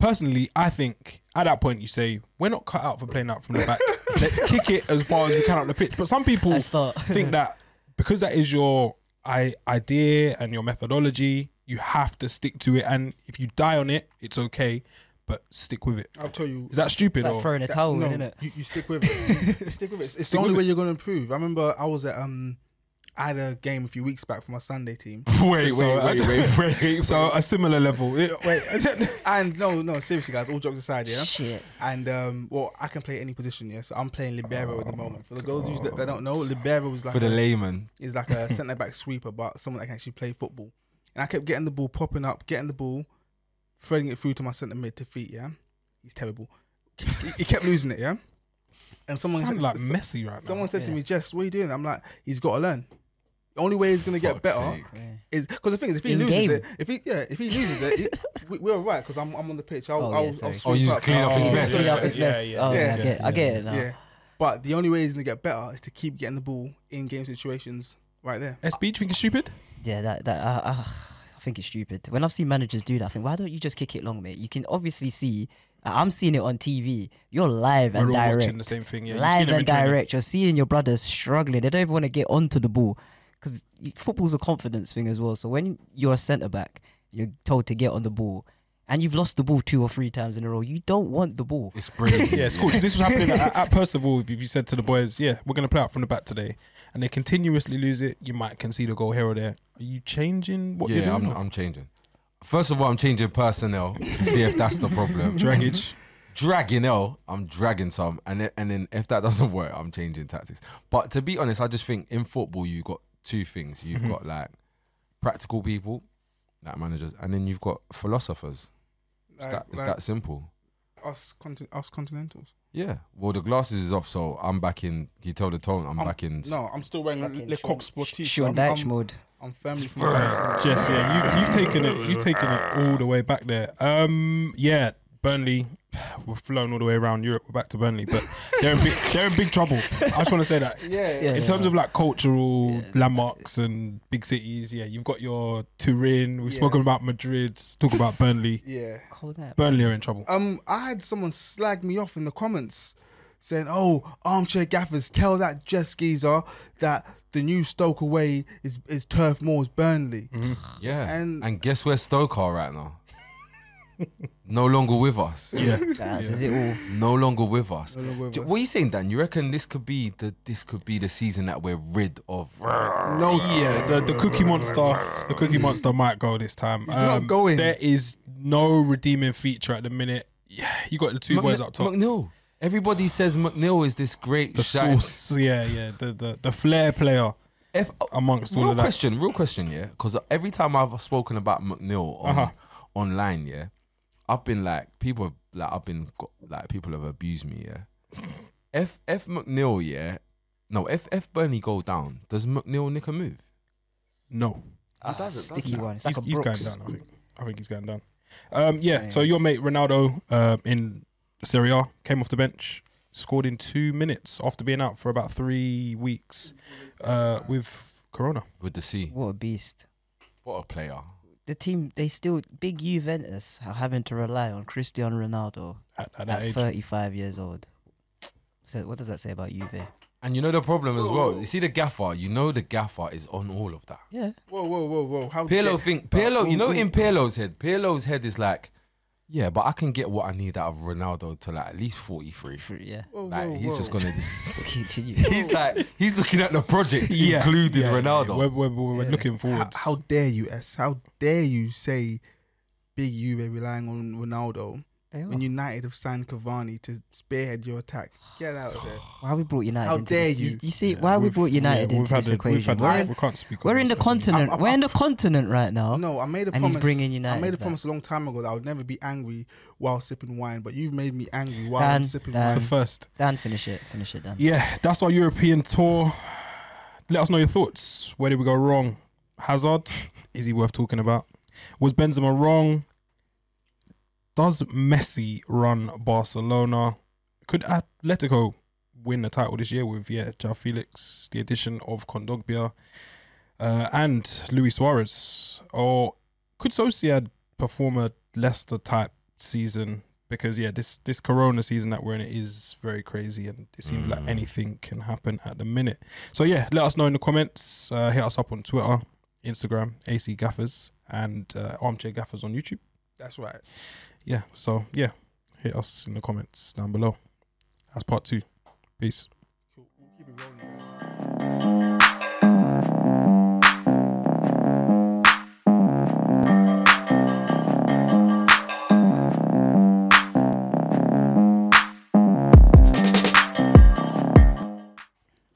S1: Personally, I think at that point you say we're not cut out for playing out from the back. Let's kick it as far as we can up the pitch. But some people
S4: Let's start.
S1: think that because that is your I- idea and your methodology, you have to stick to it. And if you die on it, it's okay, but stick with it.
S3: I'll tell you.
S1: Is that stupid?
S4: It's like
S1: or?
S4: throwing a
S3: that-
S4: towel,
S3: no,
S4: isn't it?
S3: You, you stick with it. You stick with it. It's, it's the
S1: Stick
S3: only
S1: with
S3: way
S1: it.
S3: you're going to improve. I remember I was at um, I had a game a few weeks back for my Sunday team.
S1: wait,
S2: So-
S1: wait,
S2: so-
S1: wait, wait, wait. So a similar level. It-
S3: Wait, and no, no, seriously, guys. All jokes aside, yeah.
S4: Shit.
S3: And um, well, I can play any position, yeah. So I'm playing libero
S1: Oh
S3: at the moment. For the girls who- that, that don't know, libero is like
S2: for the
S3: a,
S2: layman?
S3: is like a centre back sweeper, but someone that can actually play football. And I kept getting the ball, popping up, getting the ball, threading it through to my centre mid to feet. Yeah, he's terrible. he, he kept losing it, yeah. And someone
S1: Sound
S3: said-
S1: like
S3: s-
S1: messy right
S3: someone said to
S4: Yeah.
S3: me, "Jess, what are you doing?" I'm like, "He's got to learn. The only way he's gonna
S2: Fuck's
S3: get better
S2: sake.
S4: Yeah.
S3: is because the thing is, if he
S4: In
S3: loses
S4: game.
S3: it, if he yeah, if he loses it, it we, we're all right because I'm I'm on the pitch. I'll
S4: Oh, yeah,
S3: I'll, I'll
S4: sorry.
S2: Oh, you
S3: sweep
S2: just clean up his
S1: Oh,
S2: mess.
S4: Clean up his
S1: Yeah,
S4: mess.
S1: yeah,
S4: Oh,
S3: yeah,
S4: yeah, I get, I
S1: yeah,
S4: get
S1: yeah.
S4: it now.
S3: Yeah. But the only way he's gonna get better is to keep getting the ball in game situations right there.
S1: now. SB, do you think it's stupid?
S4: Yeah, that that uh, uh, I think it's stupid. When I've seen managers do that, I think, why don't you just kick it long, mate? You can obviously see. I- I'm seeing it on TV. You're live
S1: We're
S4: and
S1: all
S4: direct.
S1: watching the same thing. Yeah, You've seen
S4: live
S1: them
S4: and
S1: in training.
S4: direct. You're seeing your brothers struggling. They don't even want to get onto the ball because football's a confidence thing as well. So when you're a centre back, you're told to get on the ball, and you've lost the ball two or three times in a row. You don't want the ball.
S2: It's crazy.
S1: Yeah, it's cool. If This was happening at, at Percival. If you said to the boys, "Yeah, we're going to play out from the back today," and they continuously lose it, you might concede a goal here or there. Are you changing what you're
S2: Yeah,
S1: doing?
S2: I'm, I'm changing. First of all, I'm changing personnel to see if that's the problem.
S1: Draggage.
S2: dragging L, I'm dragging some, and then, and then if that doesn't work, I'm changing tactics. But to be honest, I just think in football you've got two things:
S1: Mm-hmm.
S2: you've got like practical people, like managers, and then you've got philosophers. It's,
S3: Like-
S2: that, it's
S3: like
S2: that simple.
S3: us, conti- us continentals.
S2: Yeah. Well, the glasses is off, so I'm back in. You tell the tone, I'm
S3: Um,
S2: back in.
S3: No, I'm still wearing
S4: Fucking
S3: Mm, Le Coq
S4: Sean-
S3: Sportif.
S4: Sean
S3: I'm,
S4: Dyche
S3: I'm,
S4: mode.
S3: I'm firmly from the
S1: Jess, yeah, you, you've taken it. You've taken it all the way back there. Um, yeah, Burnley. We're flown all the way around Europe. We're back to Burnley, but they're in big, they're in big trouble. I just want to say that.
S3: Yeah,
S4: Yeah.
S1: In terms of like cultural
S4: Yeah.
S1: landmarks and big cities, yeah, you've got your Turin. We've
S3: Yeah.
S1: spoken about Madrid. Talk about Burnley.
S3: yeah.
S4: Call that.
S1: Burnley are in trouble.
S3: Um, I had someone slag me off in the comments saying, "Oh, armchair gaffers, tell that Jess geezer that the new Stoke away is is Turf Moor's Burnley.
S2: Yeah.
S3: And-
S2: And, guess where Stoke are right now? no longer with us.
S1: Yeah.
S4: That's is it all.
S2: No longer with us.
S3: No longer with
S2: Do-
S3: us.
S2: What are you saying, Dan? You reckon this could be the this could be the season that we're rid of?
S1: No, yeah, the, the Cookie Monster, the Cookie Monster might go this time. Um,
S3: He's not going.
S1: There is no redeeming feature at the minute. Yeah, you got the two boys up top.
S2: McNeil. Everybody says McNeil is this great
S1: the
S2: shining-
S1: source, yeah, yeah, the the, the flair player
S2: If,
S1: amongst all
S2: real
S1: of that.
S2: question, real question, yeah. Because every time I've spoken about McNeil on,
S1: Uh-huh.
S2: online, yeah, I've been like people have, like I've been go- like people have abused me, yeah. if if McNeil, yeah, no, if if Burnley go down, does McNeil nick a move?
S1: No,
S4: Ah,
S2: does it,
S4: sticky
S2: doesn't it?
S4: one. It's like
S1: he's,
S4: a
S1: he's going
S4: Brooks.
S1: down. I think. I think he's going down. Um, yeah. So your mate Ronaldo uh, in Serie A came off the bench, scored in two minutes after being out for about three weeks uh, with Corona.
S2: With the C,
S4: What a beast.
S2: what a player!
S4: The team they still big Juventus are having to rely on Cristiano Ronaldo
S1: At, at that
S4: at
S1: age,
S4: 35 years old. So what does that say about Juve?
S2: And you know the problem as well. You see the gaffer. You know the gaffer is on all of that.
S4: Yeah,
S3: Whoa, whoa, whoa, whoa! How
S2: Pirlo
S3: dare-
S2: think Pirlo. You know
S3: Ooh, ooh.
S2: in Pirlo's head, Pirlo's head is like, yeah, but I can get what I need out of Ronaldo to like at least forty three.
S4: fr- yeah.
S3: Whoa,
S2: Like
S3: whoa,
S2: he's just
S3: whoa.
S2: gonna. Just,
S4: Continue.
S2: he's like he's looking at the project, including
S1: Yeah, yeah,
S2: Ronaldo.
S1: We're, we're, we're we're
S4: Yeah.
S1: looking
S3: How,
S1: forwards.
S3: how dare you, S? How dare you say Big Juve relying on Ronaldo
S4: They are.
S3: when United have signed Cavani to spearhead your attack? Get out of there!
S4: Why we brought United?
S3: How
S4: into
S3: dare
S4: this?
S3: you.
S4: You see, why we
S1: We've-
S4: brought
S1: yeah,
S4: United
S1: we've
S4: into
S1: had
S4: this
S1: a- we've
S4: equation?
S1: had a-
S4: Why-
S1: we can't speak. on
S4: We're in the
S1: this, I think.
S4: continent.
S3: I'm- I'm-
S4: We're in the continent right now.
S3: No, I made a
S4: And he's
S3: promise.
S4: bringing
S3: I made a
S4: United
S3: promise a long time ago that I would never be angry while sipping wine, but you've made me angry while I'm
S4: Dan,
S3: sipping
S4: Dan.
S3: wine.
S1: It's the first.
S4: Dan, finish it. Finish it, Dan.
S1: Yeah, that's our European tour. Let us know your thoughts. Where did we go wrong? Hazard, is he worth talking about? Was Benzema wrong? Does Messi run Barcelona? Could Atletico win the title this year with yeah, Jao Felix, the addition of Condogbia, uh, and Luis Suarez? Or could Sociedad perform a Leicester type season? Because yeah, this this Corona season that we're in is very crazy, and it seems like
S2: Mm.
S1: anything can happen at the minute. So yeah, let us know in the comments. Uh, hit us up on Twitter, Instagram, AC Gaffers, and uh, Armchair Gaffers on YouTube.
S3: That's right.
S1: Yeah. So yeah, hit us in the comments down below. That's part two. Peace.
S3: Cool. We'll keep it rolling.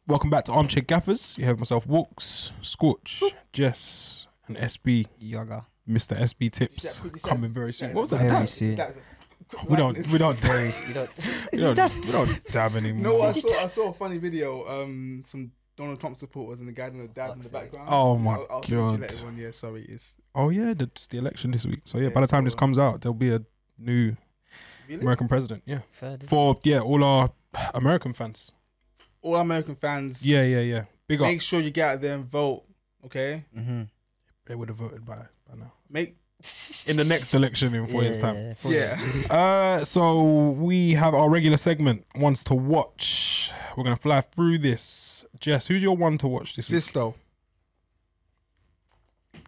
S1: Welcome back to Armchair Gaffers. You have myself, Walks, Scorch, Jess, and SB.
S4: Yaga.
S1: Mr. SB tips
S3: You said- you said-
S1: coming very soon. What was
S4: Very
S1: that? Dab?
S4: soon.
S3: That was-
S1: We don't. We don't.
S4: You don't-
S1: We don't, we don't dab anymore.
S3: No, I saw, I saw a funny video. Um, some Donald Trump supporters and the guy in the dad in the
S4: Fuck's sake.
S3: background.
S1: Oh my
S3: I'll, I'll send you
S1: God.
S3: later One, yeah, sorry, it's
S1: Oh yeah, the, it's the election this week. So yeah,
S3: Yeah,
S1: by the time this
S3: so-
S1: comes out, there'll be a new
S3: really
S1: American president. Yeah,
S4: Third is-
S1: for yeah all our American fans.
S3: all American fans.
S1: Yeah, yeah, yeah. Big up.
S3: make sure you get out there and vote. Okay,
S4: Mhm.
S1: They would have voted by by now.
S3: make
S1: In the next election in four years'
S4: Yeah,
S1: time.
S4: yeah, four
S3: yeah.
S1: Uh, so we have our regular segment, ones to watch. We're gonna fly through this. Jess, who's your one to watch this week?
S3: Sisto,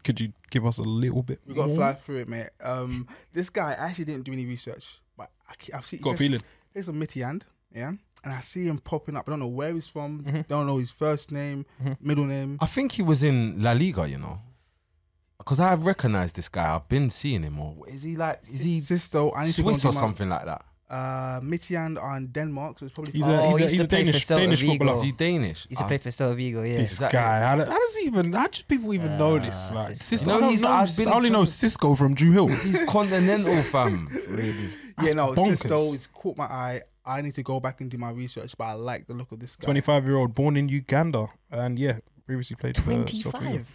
S1: Could you give us a little bit?
S3: we got to
S1: more?
S3: fly through it, mate. Um, this guy I actually didn't do any research, but I, ke- I've seen
S1: Got a feeling.
S3: Here's a Mitty and yeah, and I see him popping up. I don't know where he's from.
S1: Mhm.
S3: Don't know his first name,
S1: Mhm.
S3: middle name.
S2: I think he was in La Liga, you know, because I've recognized this guy. I've been seeing him. Or is he like? Is he
S3: Sisto? I need to go and
S2: Swiss
S3: do
S2: or
S3: my-
S2: something like that?
S3: Uh, Mittyand are in Denmark, so it's probably
S1: He's
S3: far-
S1: a
S4: Oh,
S1: he's
S4: he
S1: a,
S4: used
S1: he's
S4: to
S1: a
S4: play for
S1: Danish
S4: Celta
S1: Danish
S4: Vigo.
S2: Is
S1: footballer.
S2: he Danish?
S4: Used to
S2: Ah.
S4: play for Celta Vigo, yeah.
S1: This
S2: Exactly.
S1: guy, how, do- how does he even? How do people even know this?
S4: Ah,
S1: Like,
S4: Cisco.
S1: Cisco.
S2: You know,
S1: I, don't
S2: he's-
S1: know,
S2: I've been
S1: I only know
S2: trying to-
S1: Cisco from Drew Hill.
S2: He's continental, fam.
S4: Really.
S3: yeah, no,
S1: bonkers.
S3: Sisto has caught my eye. I need to go back and do my research, but I like the look of this guy.
S1: Twenty-five year old, born in Uganda, and uh, yeah, previously played for Celta Vigo.
S4: 25.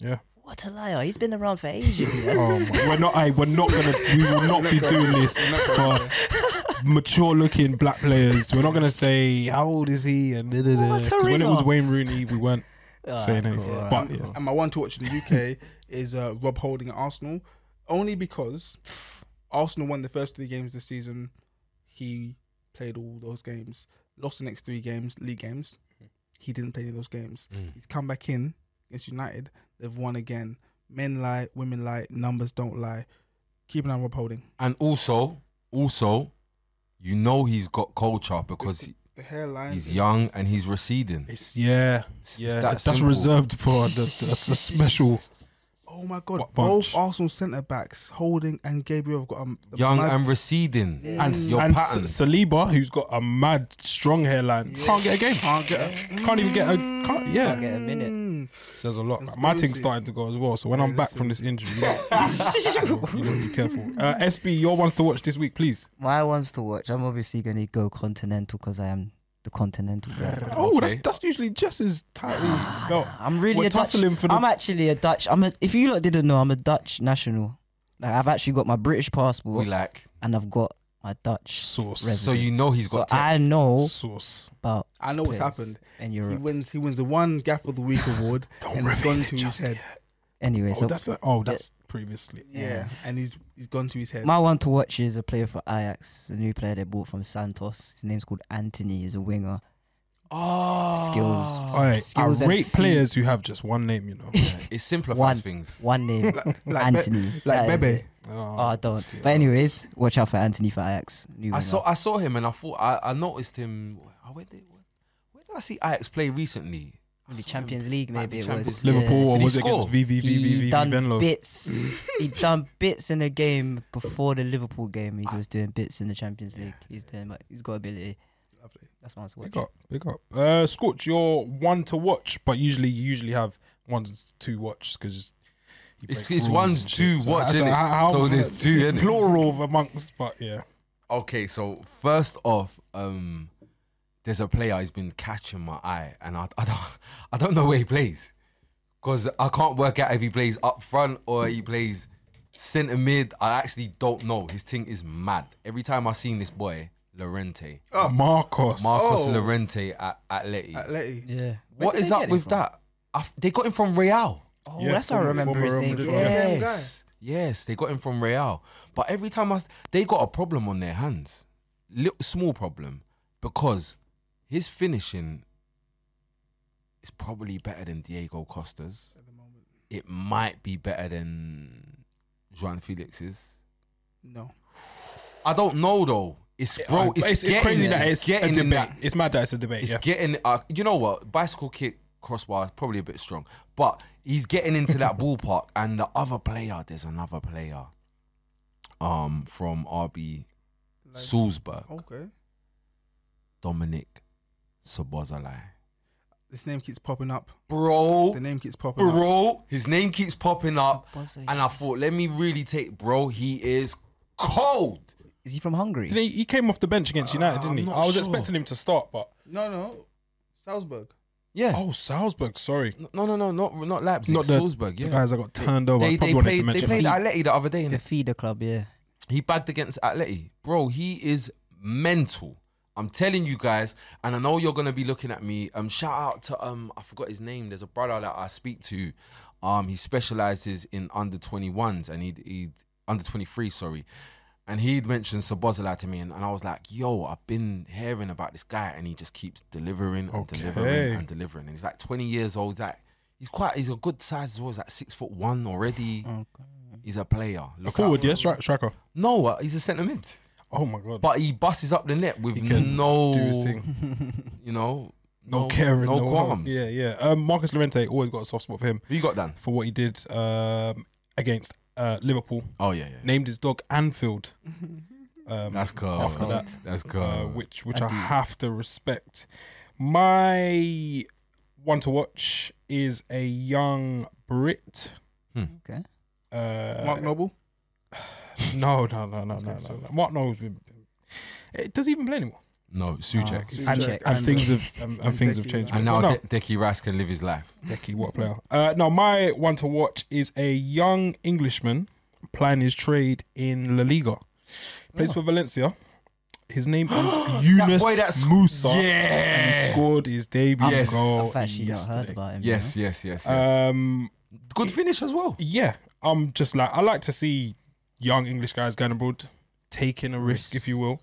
S1: Yeah.
S4: What a liar. He's been around for ages. he has.
S1: Oh my, we're not. I, we're not gonna. We will not be doing this for mature-looking black players. We're not gonna say how old is he and da, da, da. 'Cause when it was
S4: Torino.
S1: Wayne Rooney, we weren't
S4: Ah,
S1: saying
S4: cool,
S1: anything.
S4: alright,
S1: But
S4: cool.
S1: yeah,
S3: And my one to watch in the UK is uh, Rob Holding at Arsenal, only because Arsenal won the first three games this season. He played all those games, lost the next three games, league games, He didn't play any of those games.
S1: Mm.
S3: He's come back in against United. They've won again. Men lie, women lie, numbers don't lie. Keep an eye on Rob Holding.
S2: And also, also, you know he's got culture because he-
S3: The hairline.
S2: he's young and he's receding.
S1: It's yeah,
S2: It's
S1: yeah.
S2: that
S1: that's
S2: simple.
S1: reserved for the, the, the special.
S3: Oh my god!
S1: What bunch?
S3: Both Arsenal centre backs, Holding and Gabriel, have got um,
S2: Young
S3: mad-
S2: and receding.
S1: And,
S2: your
S1: and
S2: pattern.
S1: S- Saliba, who's got a mad strong hairline, can't get a game. Mm.
S3: Can't get a,
S1: Can't even get a. Can't, yeah,
S4: Get a minute.
S3: Mm.
S1: says a lot. Like, my thing's
S3: Conspiracy.
S1: starting to go as well. So when I'm back from this injury, you know, you know, be careful. Uh, SB, your ones to watch this week, please.
S4: My ones to watch. I'm obviously going to go continental because I am the continental guy.
S1: Oh,
S2: Okay.
S1: that's that's usually just as tightly belt.
S4: I'm really
S1: We're
S4: a Dutch.
S1: tussling for the.
S4: I'm actually a Dutch. I'm a. If you lot didn't know, I'm a Dutch national. Like I've actually got my British passport
S2: We like.
S4: and I've got my Dutch.
S1: sauce.
S2: So you know he's
S4: So
S2: got tech.
S4: I know
S1: Sauce.
S4: about
S3: I know what's
S4: players
S3: happened.
S4: in
S3: He
S4: Europe.
S3: wins. He wins the one Gaff of the Week award,
S1: Don't
S3: and he's
S1: reveal
S3: gone
S1: it
S3: to his
S1: just
S3: head.
S1: yet.
S4: Anyway,
S1: Oh,
S4: so
S1: that's a, oh, that's previously.
S3: Yeah. and he's he's gone to his head.
S4: my one to watch is a player for Ajax, a new player they bought from Santos. His name's called Anthony. He's a winger. Skills. Ah.
S1: All right,
S4: skills
S1: I
S4: and
S1: rate
S4: feet.
S1: players who have just one name, you know.
S2: It simplifies
S4: One.
S2: things.
S4: One name,
S3: like Be-
S4: Anthony.
S3: like
S4: That is
S3: Bebe.
S4: it.
S1: Oh,
S4: Oh, I don't. But anyways, watch out for Anthony for Ajax. New
S2: I
S4: winger.
S2: saw I saw him and I thought I, I noticed him. I where did where did I see Ajax play recently? I saw
S4: the
S2: him
S4: Champions League,
S2: Might be
S4: maybe it
S2: Champions
S4: was.
S1: Liverpool
S4: yeah.
S1: or
S2: Did he
S1: was it
S2: score?
S1: against VV
S4: he
S1: VV
S4: done
S1: Venlo?
S4: bits. he done bits in the game before the Liverpool game. He was doing bits in the Champions League. He's doing. like, He's got ability.
S3: Lovely.
S4: That's what I was
S1: Big
S4: watching.
S1: up, big up. Uh, Scorch, you're one to watch, but usually you usually have ones to watch because
S2: It's- it's ones to watch, innit? So there's two, innit?
S1: plural amongst, but yeah,
S2: Okay, so first off, um, there's a player who's been catching my eye, and I, I don't I don't know where he plays, because I can't work out if he plays up front or he plays centre mid. I actually don't know. His thing is mad. Every time I seen this boy Lorente,
S1: Marcos.
S2: Marcos
S3: Oh.
S2: Lorente at Atleti.
S3: Atleti.
S4: Yeah. Where
S2: what
S4: did
S2: is
S4: they
S2: up
S4: get him
S2: with
S4: from?
S2: that? I f they got him from Real.
S4: Oh,
S1: Yeah,
S4: that's what I
S1: former-
S4: remember his
S1: former
S4: name.
S1: Real
S4: From.
S1: Madrid player.
S4: Yeah.
S3: same guy.
S2: Yes, yes, they got him from Real. But every time I, s- they got a problem on their hands, little small problem, because his finishing is probably better than Diego Costa's.
S3: At the moment,
S2: It might be better than Juan Felix's.
S3: no.
S2: I don't know though. It's bro.
S1: But
S2: It's,
S1: it's,
S2: getting,
S1: crazy that it's, a
S2: getting in
S1: debate.
S2: that
S1: It's mad that it's a debate.
S2: It's
S1: yeah.
S2: getting, uh, you know what? Bicycle kick, crossbar, probably a bit strong, but he's getting into that ballpark. And the other player, there's another player, um, from RB
S3: Like,
S2: Salzburg,
S1: oh.
S3: okay.
S2: Dominic Sobozalai.
S3: This name keeps popping up.
S2: Bro,
S3: The name keeps popping up.
S2: bro, his name keeps popping up,
S4: Sobozalai.
S2: and I thought, let me really take, bro. He is cold.
S4: Is he from Hungary?
S1: Didn't he, he came off the bench against United,
S2: Uh,
S1: didn't
S2: I'm
S1: he?
S2: not
S1: I was
S2: sure.
S1: expecting him to start, but
S3: No, no. Salzburg.
S2: Yeah.
S1: oh, Salzburg. Sorry,
S2: No, no, no, not not Leipzig,
S1: Not the-
S2: Salzburg.
S1: the
S2: Yeah.
S1: guys I got turned over. I
S2: They,
S1: probably
S2: they
S1: wanted
S2: played,
S1: to
S2: they
S1: mention.
S2: played
S1: that.
S2: Atleti the other day. innit?
S4: The feeder club, yeah.
S2: He bagged against Atleti. Bro, he is mental. I'm telling you guys, and I know you're gonna be looking at me. Um, shout out to um, I forgot his name. There's a brother that I speak to. Um, he specializes in under 21s and he he under 23, sorry. And he'd mentioned Sabozala to me, and, and I was like, "Yo, I've been hearing about this guy, and he just keeps delivering and delivering
S1: Okay.
S2: and delivering." And he's like 20 years old. He's like he's quite, he's a good size as well. He's like six foot one already. He's a player.
S1: Mm. A
S2: Look
S1: forward,
S2: out.
S1: yeah, stri- striker.
S2: No, uh, he's a centre mid,
S1: Oh my god,
S2: but he busses up the net with
S1: he can
S2: no,
S1: do his thing.
S2: you know,
S1: No, caring,
S2: no, qualms.
S1: Yeah, yeah. Um, Marcus Llorente always got a soft spot for him
S2: Who you got Dan?
S1: for what he did um, against uh, Liverpool.
S2: Oh yeah, yeah.
S1: Named his dog Anfield. Um,
S2: That's cool.
S1: After that,
S2: That's cool.
S1: uh, which which I,
S4: do.
S1: have to respect. My one to watch is a young Brit.
S2: Hmm.
S4: Okay.
S1: Uh,
S3: Mark Noble.
S1: no, no, no, no, no,
S3: so-
S1: no, no. Mark Noble's been. It doesn't even play anymore,
S2: no, Suchek.
S4: Suchek.
S1: and,
S4: Suchek.
S1: and
S3: And-
S1: things have and, and
S3: and
S1: things have
S3: Decky,
S1: changed.
S3: right?
S2: and now
S1: No.
S2: De- Decky Rice can live his life.
S1: Decky, what player? Uh, no, my one to watch is a young Englishman playing his trade in La Liga. Plays
S4: Oh.
S1: for Valencia. His name is Yunus
S2: boy that's-
S1: Musa. And he
S2: Yeah.
S1: scored his debut
S2: Yes.
S1: goal
S4: I've actually not heard
S1: yesterday.
S4: about him. you
S2: Yes, yes, yes. yes.
S1: Um,
S2: Good finish as well.
S1: yeah, I'm just like I like to see young English guys going abroad, taking a risk, if you will.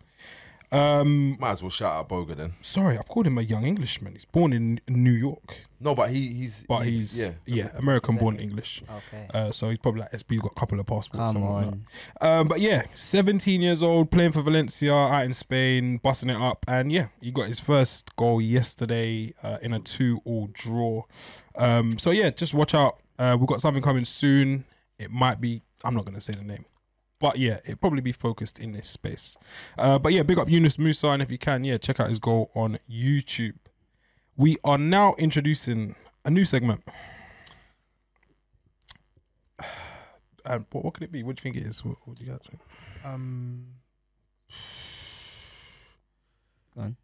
S1: Um,
S2: Might as well shout out Boga then.
S1: sorry, I've called him a young Englishman. He's born in New York,
S2: No, but he he's
S1: but he's,
S2: yeah.
S1: yeah, American-born
S4: Exactly.
S1: English.
S4: Okay.
S1: Uh, so he's probably like SB, got a couple of passports.
S4: Come
S1: something like that.
S4: on.
S1: Um, but yeah, 17 years old, playing for Valencia out in Spain, busting it up. And yeah, he got his first goal yesterday uh, in a two all draw. Um, so yeah, just watch out. Uh, we've got something coming soon. It might be, I'm not going to say the name. But yeah, it'd probably be focused in this space. Uh, but yeah, big up Yunus Musa. And if you can, yeah, check out his goal on YouTube. We are now introducing a new segment. And Um, what, what could it be? What do you think it is? What, what do you guys think?
S3: Um,
S4: Go on.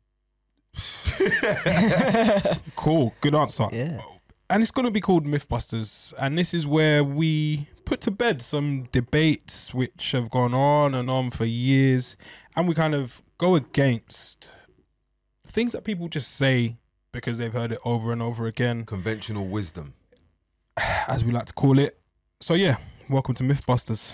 S1: Cool. Good answer.
S4: yeah.
S1: And it's going to be called Mythbusters. And this is where we put to bed some debates which have gone on and on for years. And we kind of go against things that people just say because they've heard it over and over again,
S2: Conventional wisdom.
S1: as we like to call it. So, yeah, welcome to Mythbusters.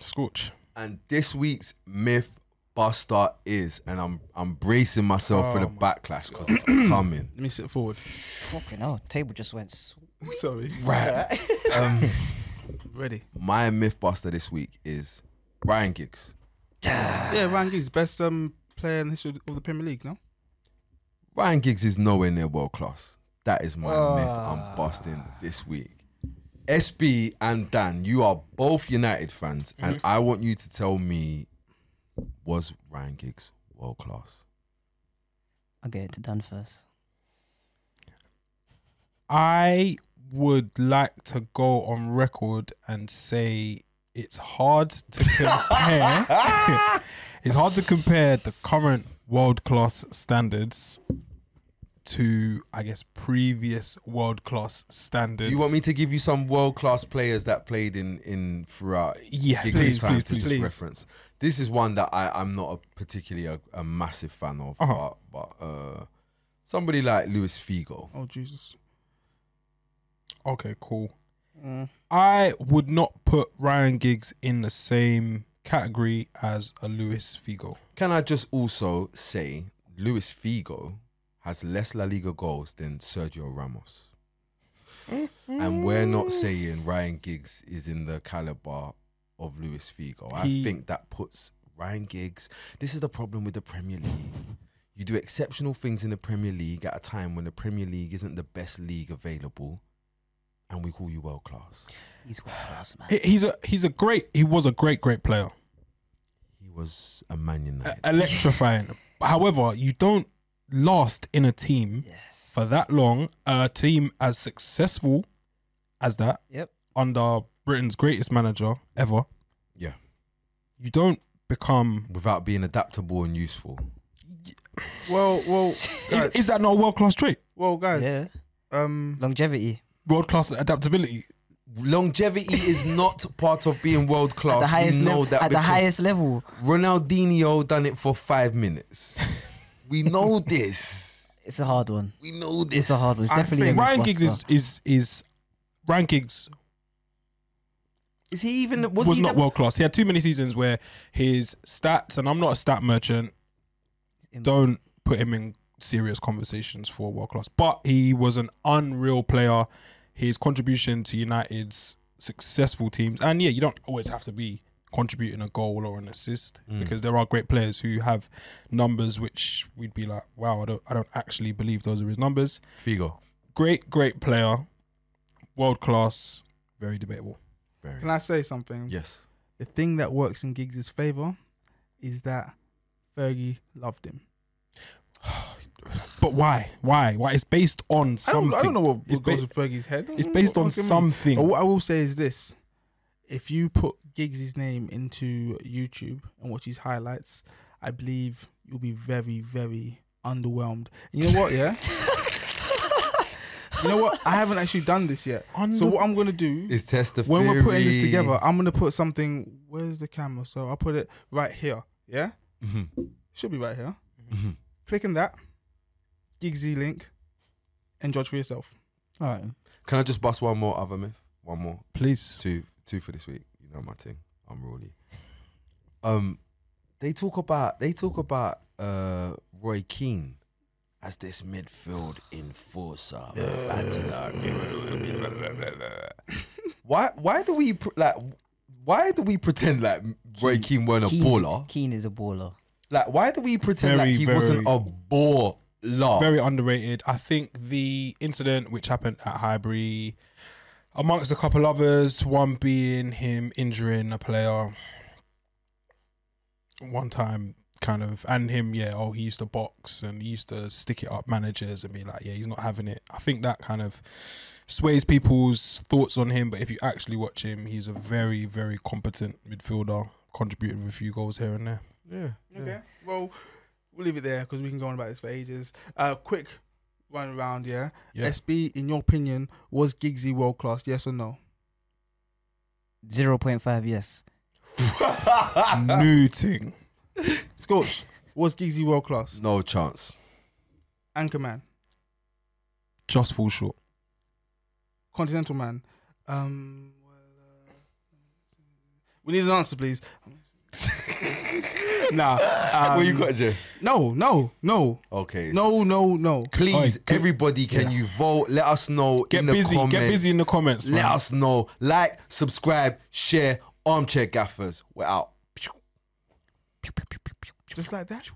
S1: Scorch.
S2: And this week's myth buster is, and I'm I'm bracing myself for the
S1: Oh my
S2: backlash because it's coming.
S3: let me sit forward.
S4: Fucking hell. Table just went. sw-
S3: Sorry.
S2: Right. um,
S3: Ready.
S2: my myth buster this week is Ryan Giggs.
S4: Ah.
S3: Yeah, Ryan Giggs, best um player in the history of the Premier League. No.
S2: Ryan Giggs is nowhere near world class. That is my myth
S4: Ah.
S2: I'm busting this week. SB and Dan, you are both United fans, and I want you to tell me was Ryan Giggs world class?
S4: I'll get it to Dan first.
S1: I would like to go on record and say it's hard to compare. it's hard to compare the current world class standards to, I guess, previous world class standards.
S2: Do you want me to give you some world class players that played in in throughout?
S1: Yeah,
S2: Giggs'
S1: please,
S2: time
S1: please,
S2: to just
S1: please.
S2: reference. This is one that I I'm not a particularly a, a massive fan of,
S1: Uh-huh.
S2: but but uh, somebody like Luis Figo.
S3: Oh Jesus.
S1: Okay, cool. I would not put Ryan Giggs in the same category as a Luis Figo.
S2: Can I just also say Luis Figo has less La Liga goals than Sergio Ramos? And we're
S1: Mm.
S4: Mm.
S2: not saying Ryan Giggs is in the caliber of Luis Figo. I
S1: He-
S2: think that puts Ryan Giggs. This is the problem with the Premier League. You do exceptional things in the Premier League at a time when the Premier League isn't the best league available, and we call you world class.
S4: He's world class, man.
S1: He- He's a he's a great he was a great great player.
S2: He was a Man
S1: E-
S2: United.
S1: electrifying. However, you don't last in a team
S4: Yes.
S1: for that long. A team as successful as that
S4: Yep.
S1: under Britain's greatest manager ever,
S2: yeah,
S1: you don't become.
S2: without being adaptable and useful.
S3: Well, well,
S1: Is,
S3: guys,
S1: is that not a world class trait?
S3: well, guys.
S4: Yeah.
S3: Um,
S4: Longevity.
S1: World class adaptability.
S2: longevity is not part of being world class.
S4: At the highest
S2: we know
S4: level.
S2: that
S4: At the
S2: because
S4: highest level.
S2: Ronaldinho done it for five minutes. we know this.
S4: It's a hard one.
S2: We know this.
S4: It's a hard one. It's
S1: I
S4: definitely a
S1: think Ryan
S4: mythbuster.
S1: Giggs is is is Ryan Giggs
S2: Is he even? Was,
S1: was,
S2: he
S1: not
S2: the,
S1: world class. He had too many seasons where his stats, and I'm not a stat merchant. Don't put him in serious conversations for world class. But he was an unreal player. His contribution to United's successful teams, and yeah, you don't always have to be contributing a goal or an assist
S3: Mm.
S1: because there are great players who have numbers which we'd be like, wow, I don't, I don't actually believe those are his numbers.
S2: Figo?
S1: Great, great player, world class, very debatable.
S2: Very.
S3: can I say something?
S2: Yes.
S3: The thing that works in Giggs' favour is that Fergie loved him.
S1: But why? Why? Why? It's based on
S3: I don't,
S1: something.
S3: I don't know what,
S1: It's
S3: what goes
S1: ba-
S3: in Fergie's head.
S1: It's based
S3: What- Oh,
S1: on
S3: what's him-
S1: something.
S3: But what I will say is this: if you put Giggs' name into YouTube and watch his highlights, I believe you'll be very, very underwhelmed. And you know what? Yeah. you know what? I haven't actually done this yet.
S1: Under-
S3: So what I'm gonna do
S2: Is test the
S3: when we're putting this
S2: theory.
S3: together, I'm gonna put something. Where's the camera? So I'll put it right here. Yeah,
S2: Mhm.
S3: should be right here.
S2: Mhm.
S3: Click on that, Giggsy link, and judge for yourself.
S4: All right.
S2: Can I just bust one more other myth? One more.
S1: Please.
S2: Two. Two for this week. You know my thing. I'm really. Um, They talk about they talk about uh, Roy Keane as this midfield enforcer, battler. why why do we pr- like? Why do we pretend like Roy Keane weren't a
S4: Keane's-
S2: baller?
S4: Keane is a baller.
S2: Like why do we pretend
S1: Very,
S2: like he wasn't
S1: very-
S2: a baller?
S1: Very underrated. I think the incident which happened at Highbury, amongst a couple others, one being him injuring a player one time, kind of, and him, yeah, oh, he used to box and he used to stick it up managers and be like, yeah, he's not having it. I think that kind of sways people's thoughts on him, but if you actually watch him, he's a very, very competent midfielder, contributed with a few goals here and there.
S2: yeah.
S3: Okay. Well, we'll leave it there because we can go on about this for ages. Uh, quick run around, yeah?
S1: Yeah.
S3: SB, in your opinion, was Giggsy world class? Yes or no?
S4: Zero point five. Yes.
S1: Newting.
S3: Scorch, was Giggsy world class?
S2: No chance.
S3: Anchorman,
S1: Just fall short.
S3: Continental Man. Um, well, uh, we need an answer, please. nah. Um,
S2: what you got, Jeff?
S3: No, no, no,
S2: Okay. so
S3: no, no, no.
S2: Please,
S1: Oi, get-
S2: everybody, can you vote? Let us know
S1: Get
S2: in the
S1: busy.
S2: comments.
S1: Get busy in the comments.
S2: Let
S1: man.
S2: us know. Like, subscribe, share. Armchair gaffers. We're out.
S3: Just like that.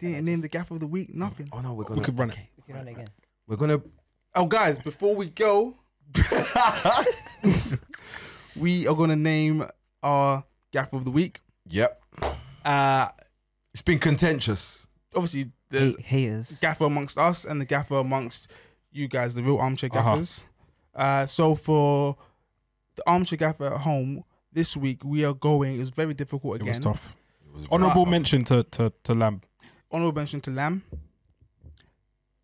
S3: Didn't name the gaff of the week, nothing.
S2: Oh no, we're gonna
S1: We could run it.
S2: We're gonna.
S3: Oh, guys, before we go, we are going to name our gaff of the week.
S2: Yep.
S3: Uh,
S2: It's been contentious.
S3: obviously, there's
S4: Hate, haters.
S3: gaffer amongst us and the gaffer amongst you guys, the real armchair
S1: Uh-huh.
S3: gaffers. uh so for the armchair gaffer at home this week, we are going. It was very difficult
S1: It
S3: again.
S1: was tough.
S2: It was Oh,
S1: Honorable
S2: right.
S1: mention to to to Lamb.
S3: Honorable mention to Lamb,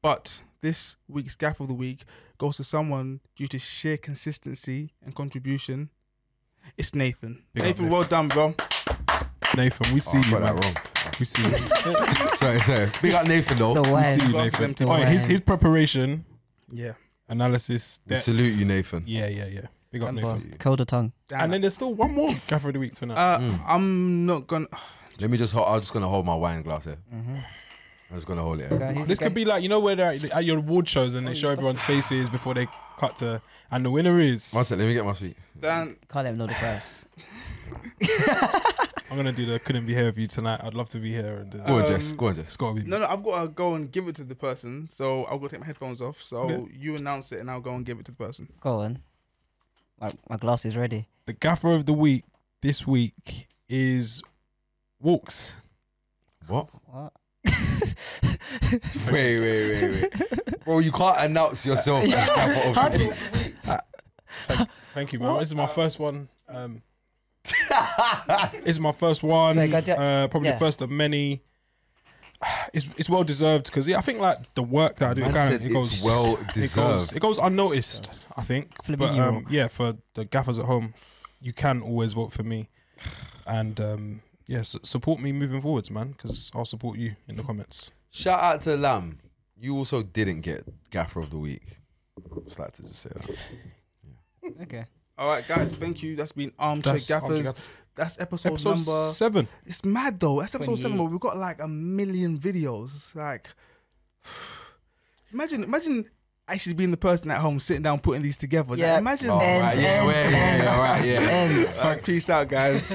S3: but this week's gaff of the week goes to someone due to sheer consistency and contribution. It's Nathan.
S1: Big up,
S3: Nathan,
S1: Nathan.
S3: well done, bro.
S1: Nathan, we
S2: Oh,
S1: see
S2: I
S1: you.
S2: got
S1: man.
S2: that wrong.
S1: We see you.
S2: sorry, sorry. Big up Nathan though.
S4: The
S1: We
S4: wine.
S1: see you,
S3: Lost
S1: Nathan.
S3: them
S1: Oh, his
S4: wine.
S1: his preparation,
S3: Yeah.
S1: analysis.
S2: We
S1: depth.
S2: salute you, Nathan.
S1: Yeah, yeah, yeah. Big up,
S4: Come
S1: Nathan.
S4: on, Curl the tongue.
S1: And then there's still one more gaffer of the week tonight.
S3: uh, I'm not gonna.
S2: Let me just. Hold, I'm just gonna hold my wine glass here. I'm just gonna hold it. Here.
S1: Mm-hmm. this could be like you know where they're at, at your award shows
S3: Oh,
S1: and they show everyone's faces before they cut to and the winner is.
S2: One sec. Let me get my feet.
S3: Dan,
S4: Can't let him know the price.
S1: I'm gonna do the couldn't be here with you tonight. I'd love to be here and uh,
S2: Go on, Jess.
S3: Um,
S2: Go on, Jess.
S1: it's gotta be. me.
S3: no, no, I've got to go and give it to the person. So I've got to take my headphones off. So you announce it, and I'll go and give it to the person.
S4: Go on. My, my glass is ready.
S1: The gaffer of the week this week is walks.
S2: What?
S4: What?
S2: Wait, wait, wait, wait. Bro, you can't announce yourself. as gaffer of the week.
S1: Thank you, man. This is my first one. Um, this is my first one.
S4: So, got your-
S1: uh, probably
S4: yeah.
S1: the first of many. It's, it's well deserved because yeah, I think like the work that I do,
S2: Man
S1: kind of-
S2: said it's well
S1: it goes,
S2: deserved.
S1: it goes unnoticed. I think, but
S4: Flamingo.
S1: um, yeah, for the gaffers at home, you can always vote for me, and um, yeah, su- support me moving forwards, man. Because I'll support you in the comments.
S2: Shout out to Lamb. You also didn't get Gaffer of the Week. Just like to just say that.
S4: Okay.
S3: All right, guys, thank you. That's been Armchair
S1: That's
S3: Gaffers.
S1: Armchair
S3: That's episode,
S1: Episode
S3: number.
S1: seven.
S3: It's mad though. That's episode seven, but
S4: 28.
S3: we've got like a million videos. It's like, imagine, imagine actually being the person at home sitting down putting these together. Like,
S4: Yeah.
S3: imagine.
S2: Oh,
S3: that.
S2: right, yeah, Uh, wait, yeah, yeah, right, yeah.
S4: Ends.
S3: All right, peace out, guys.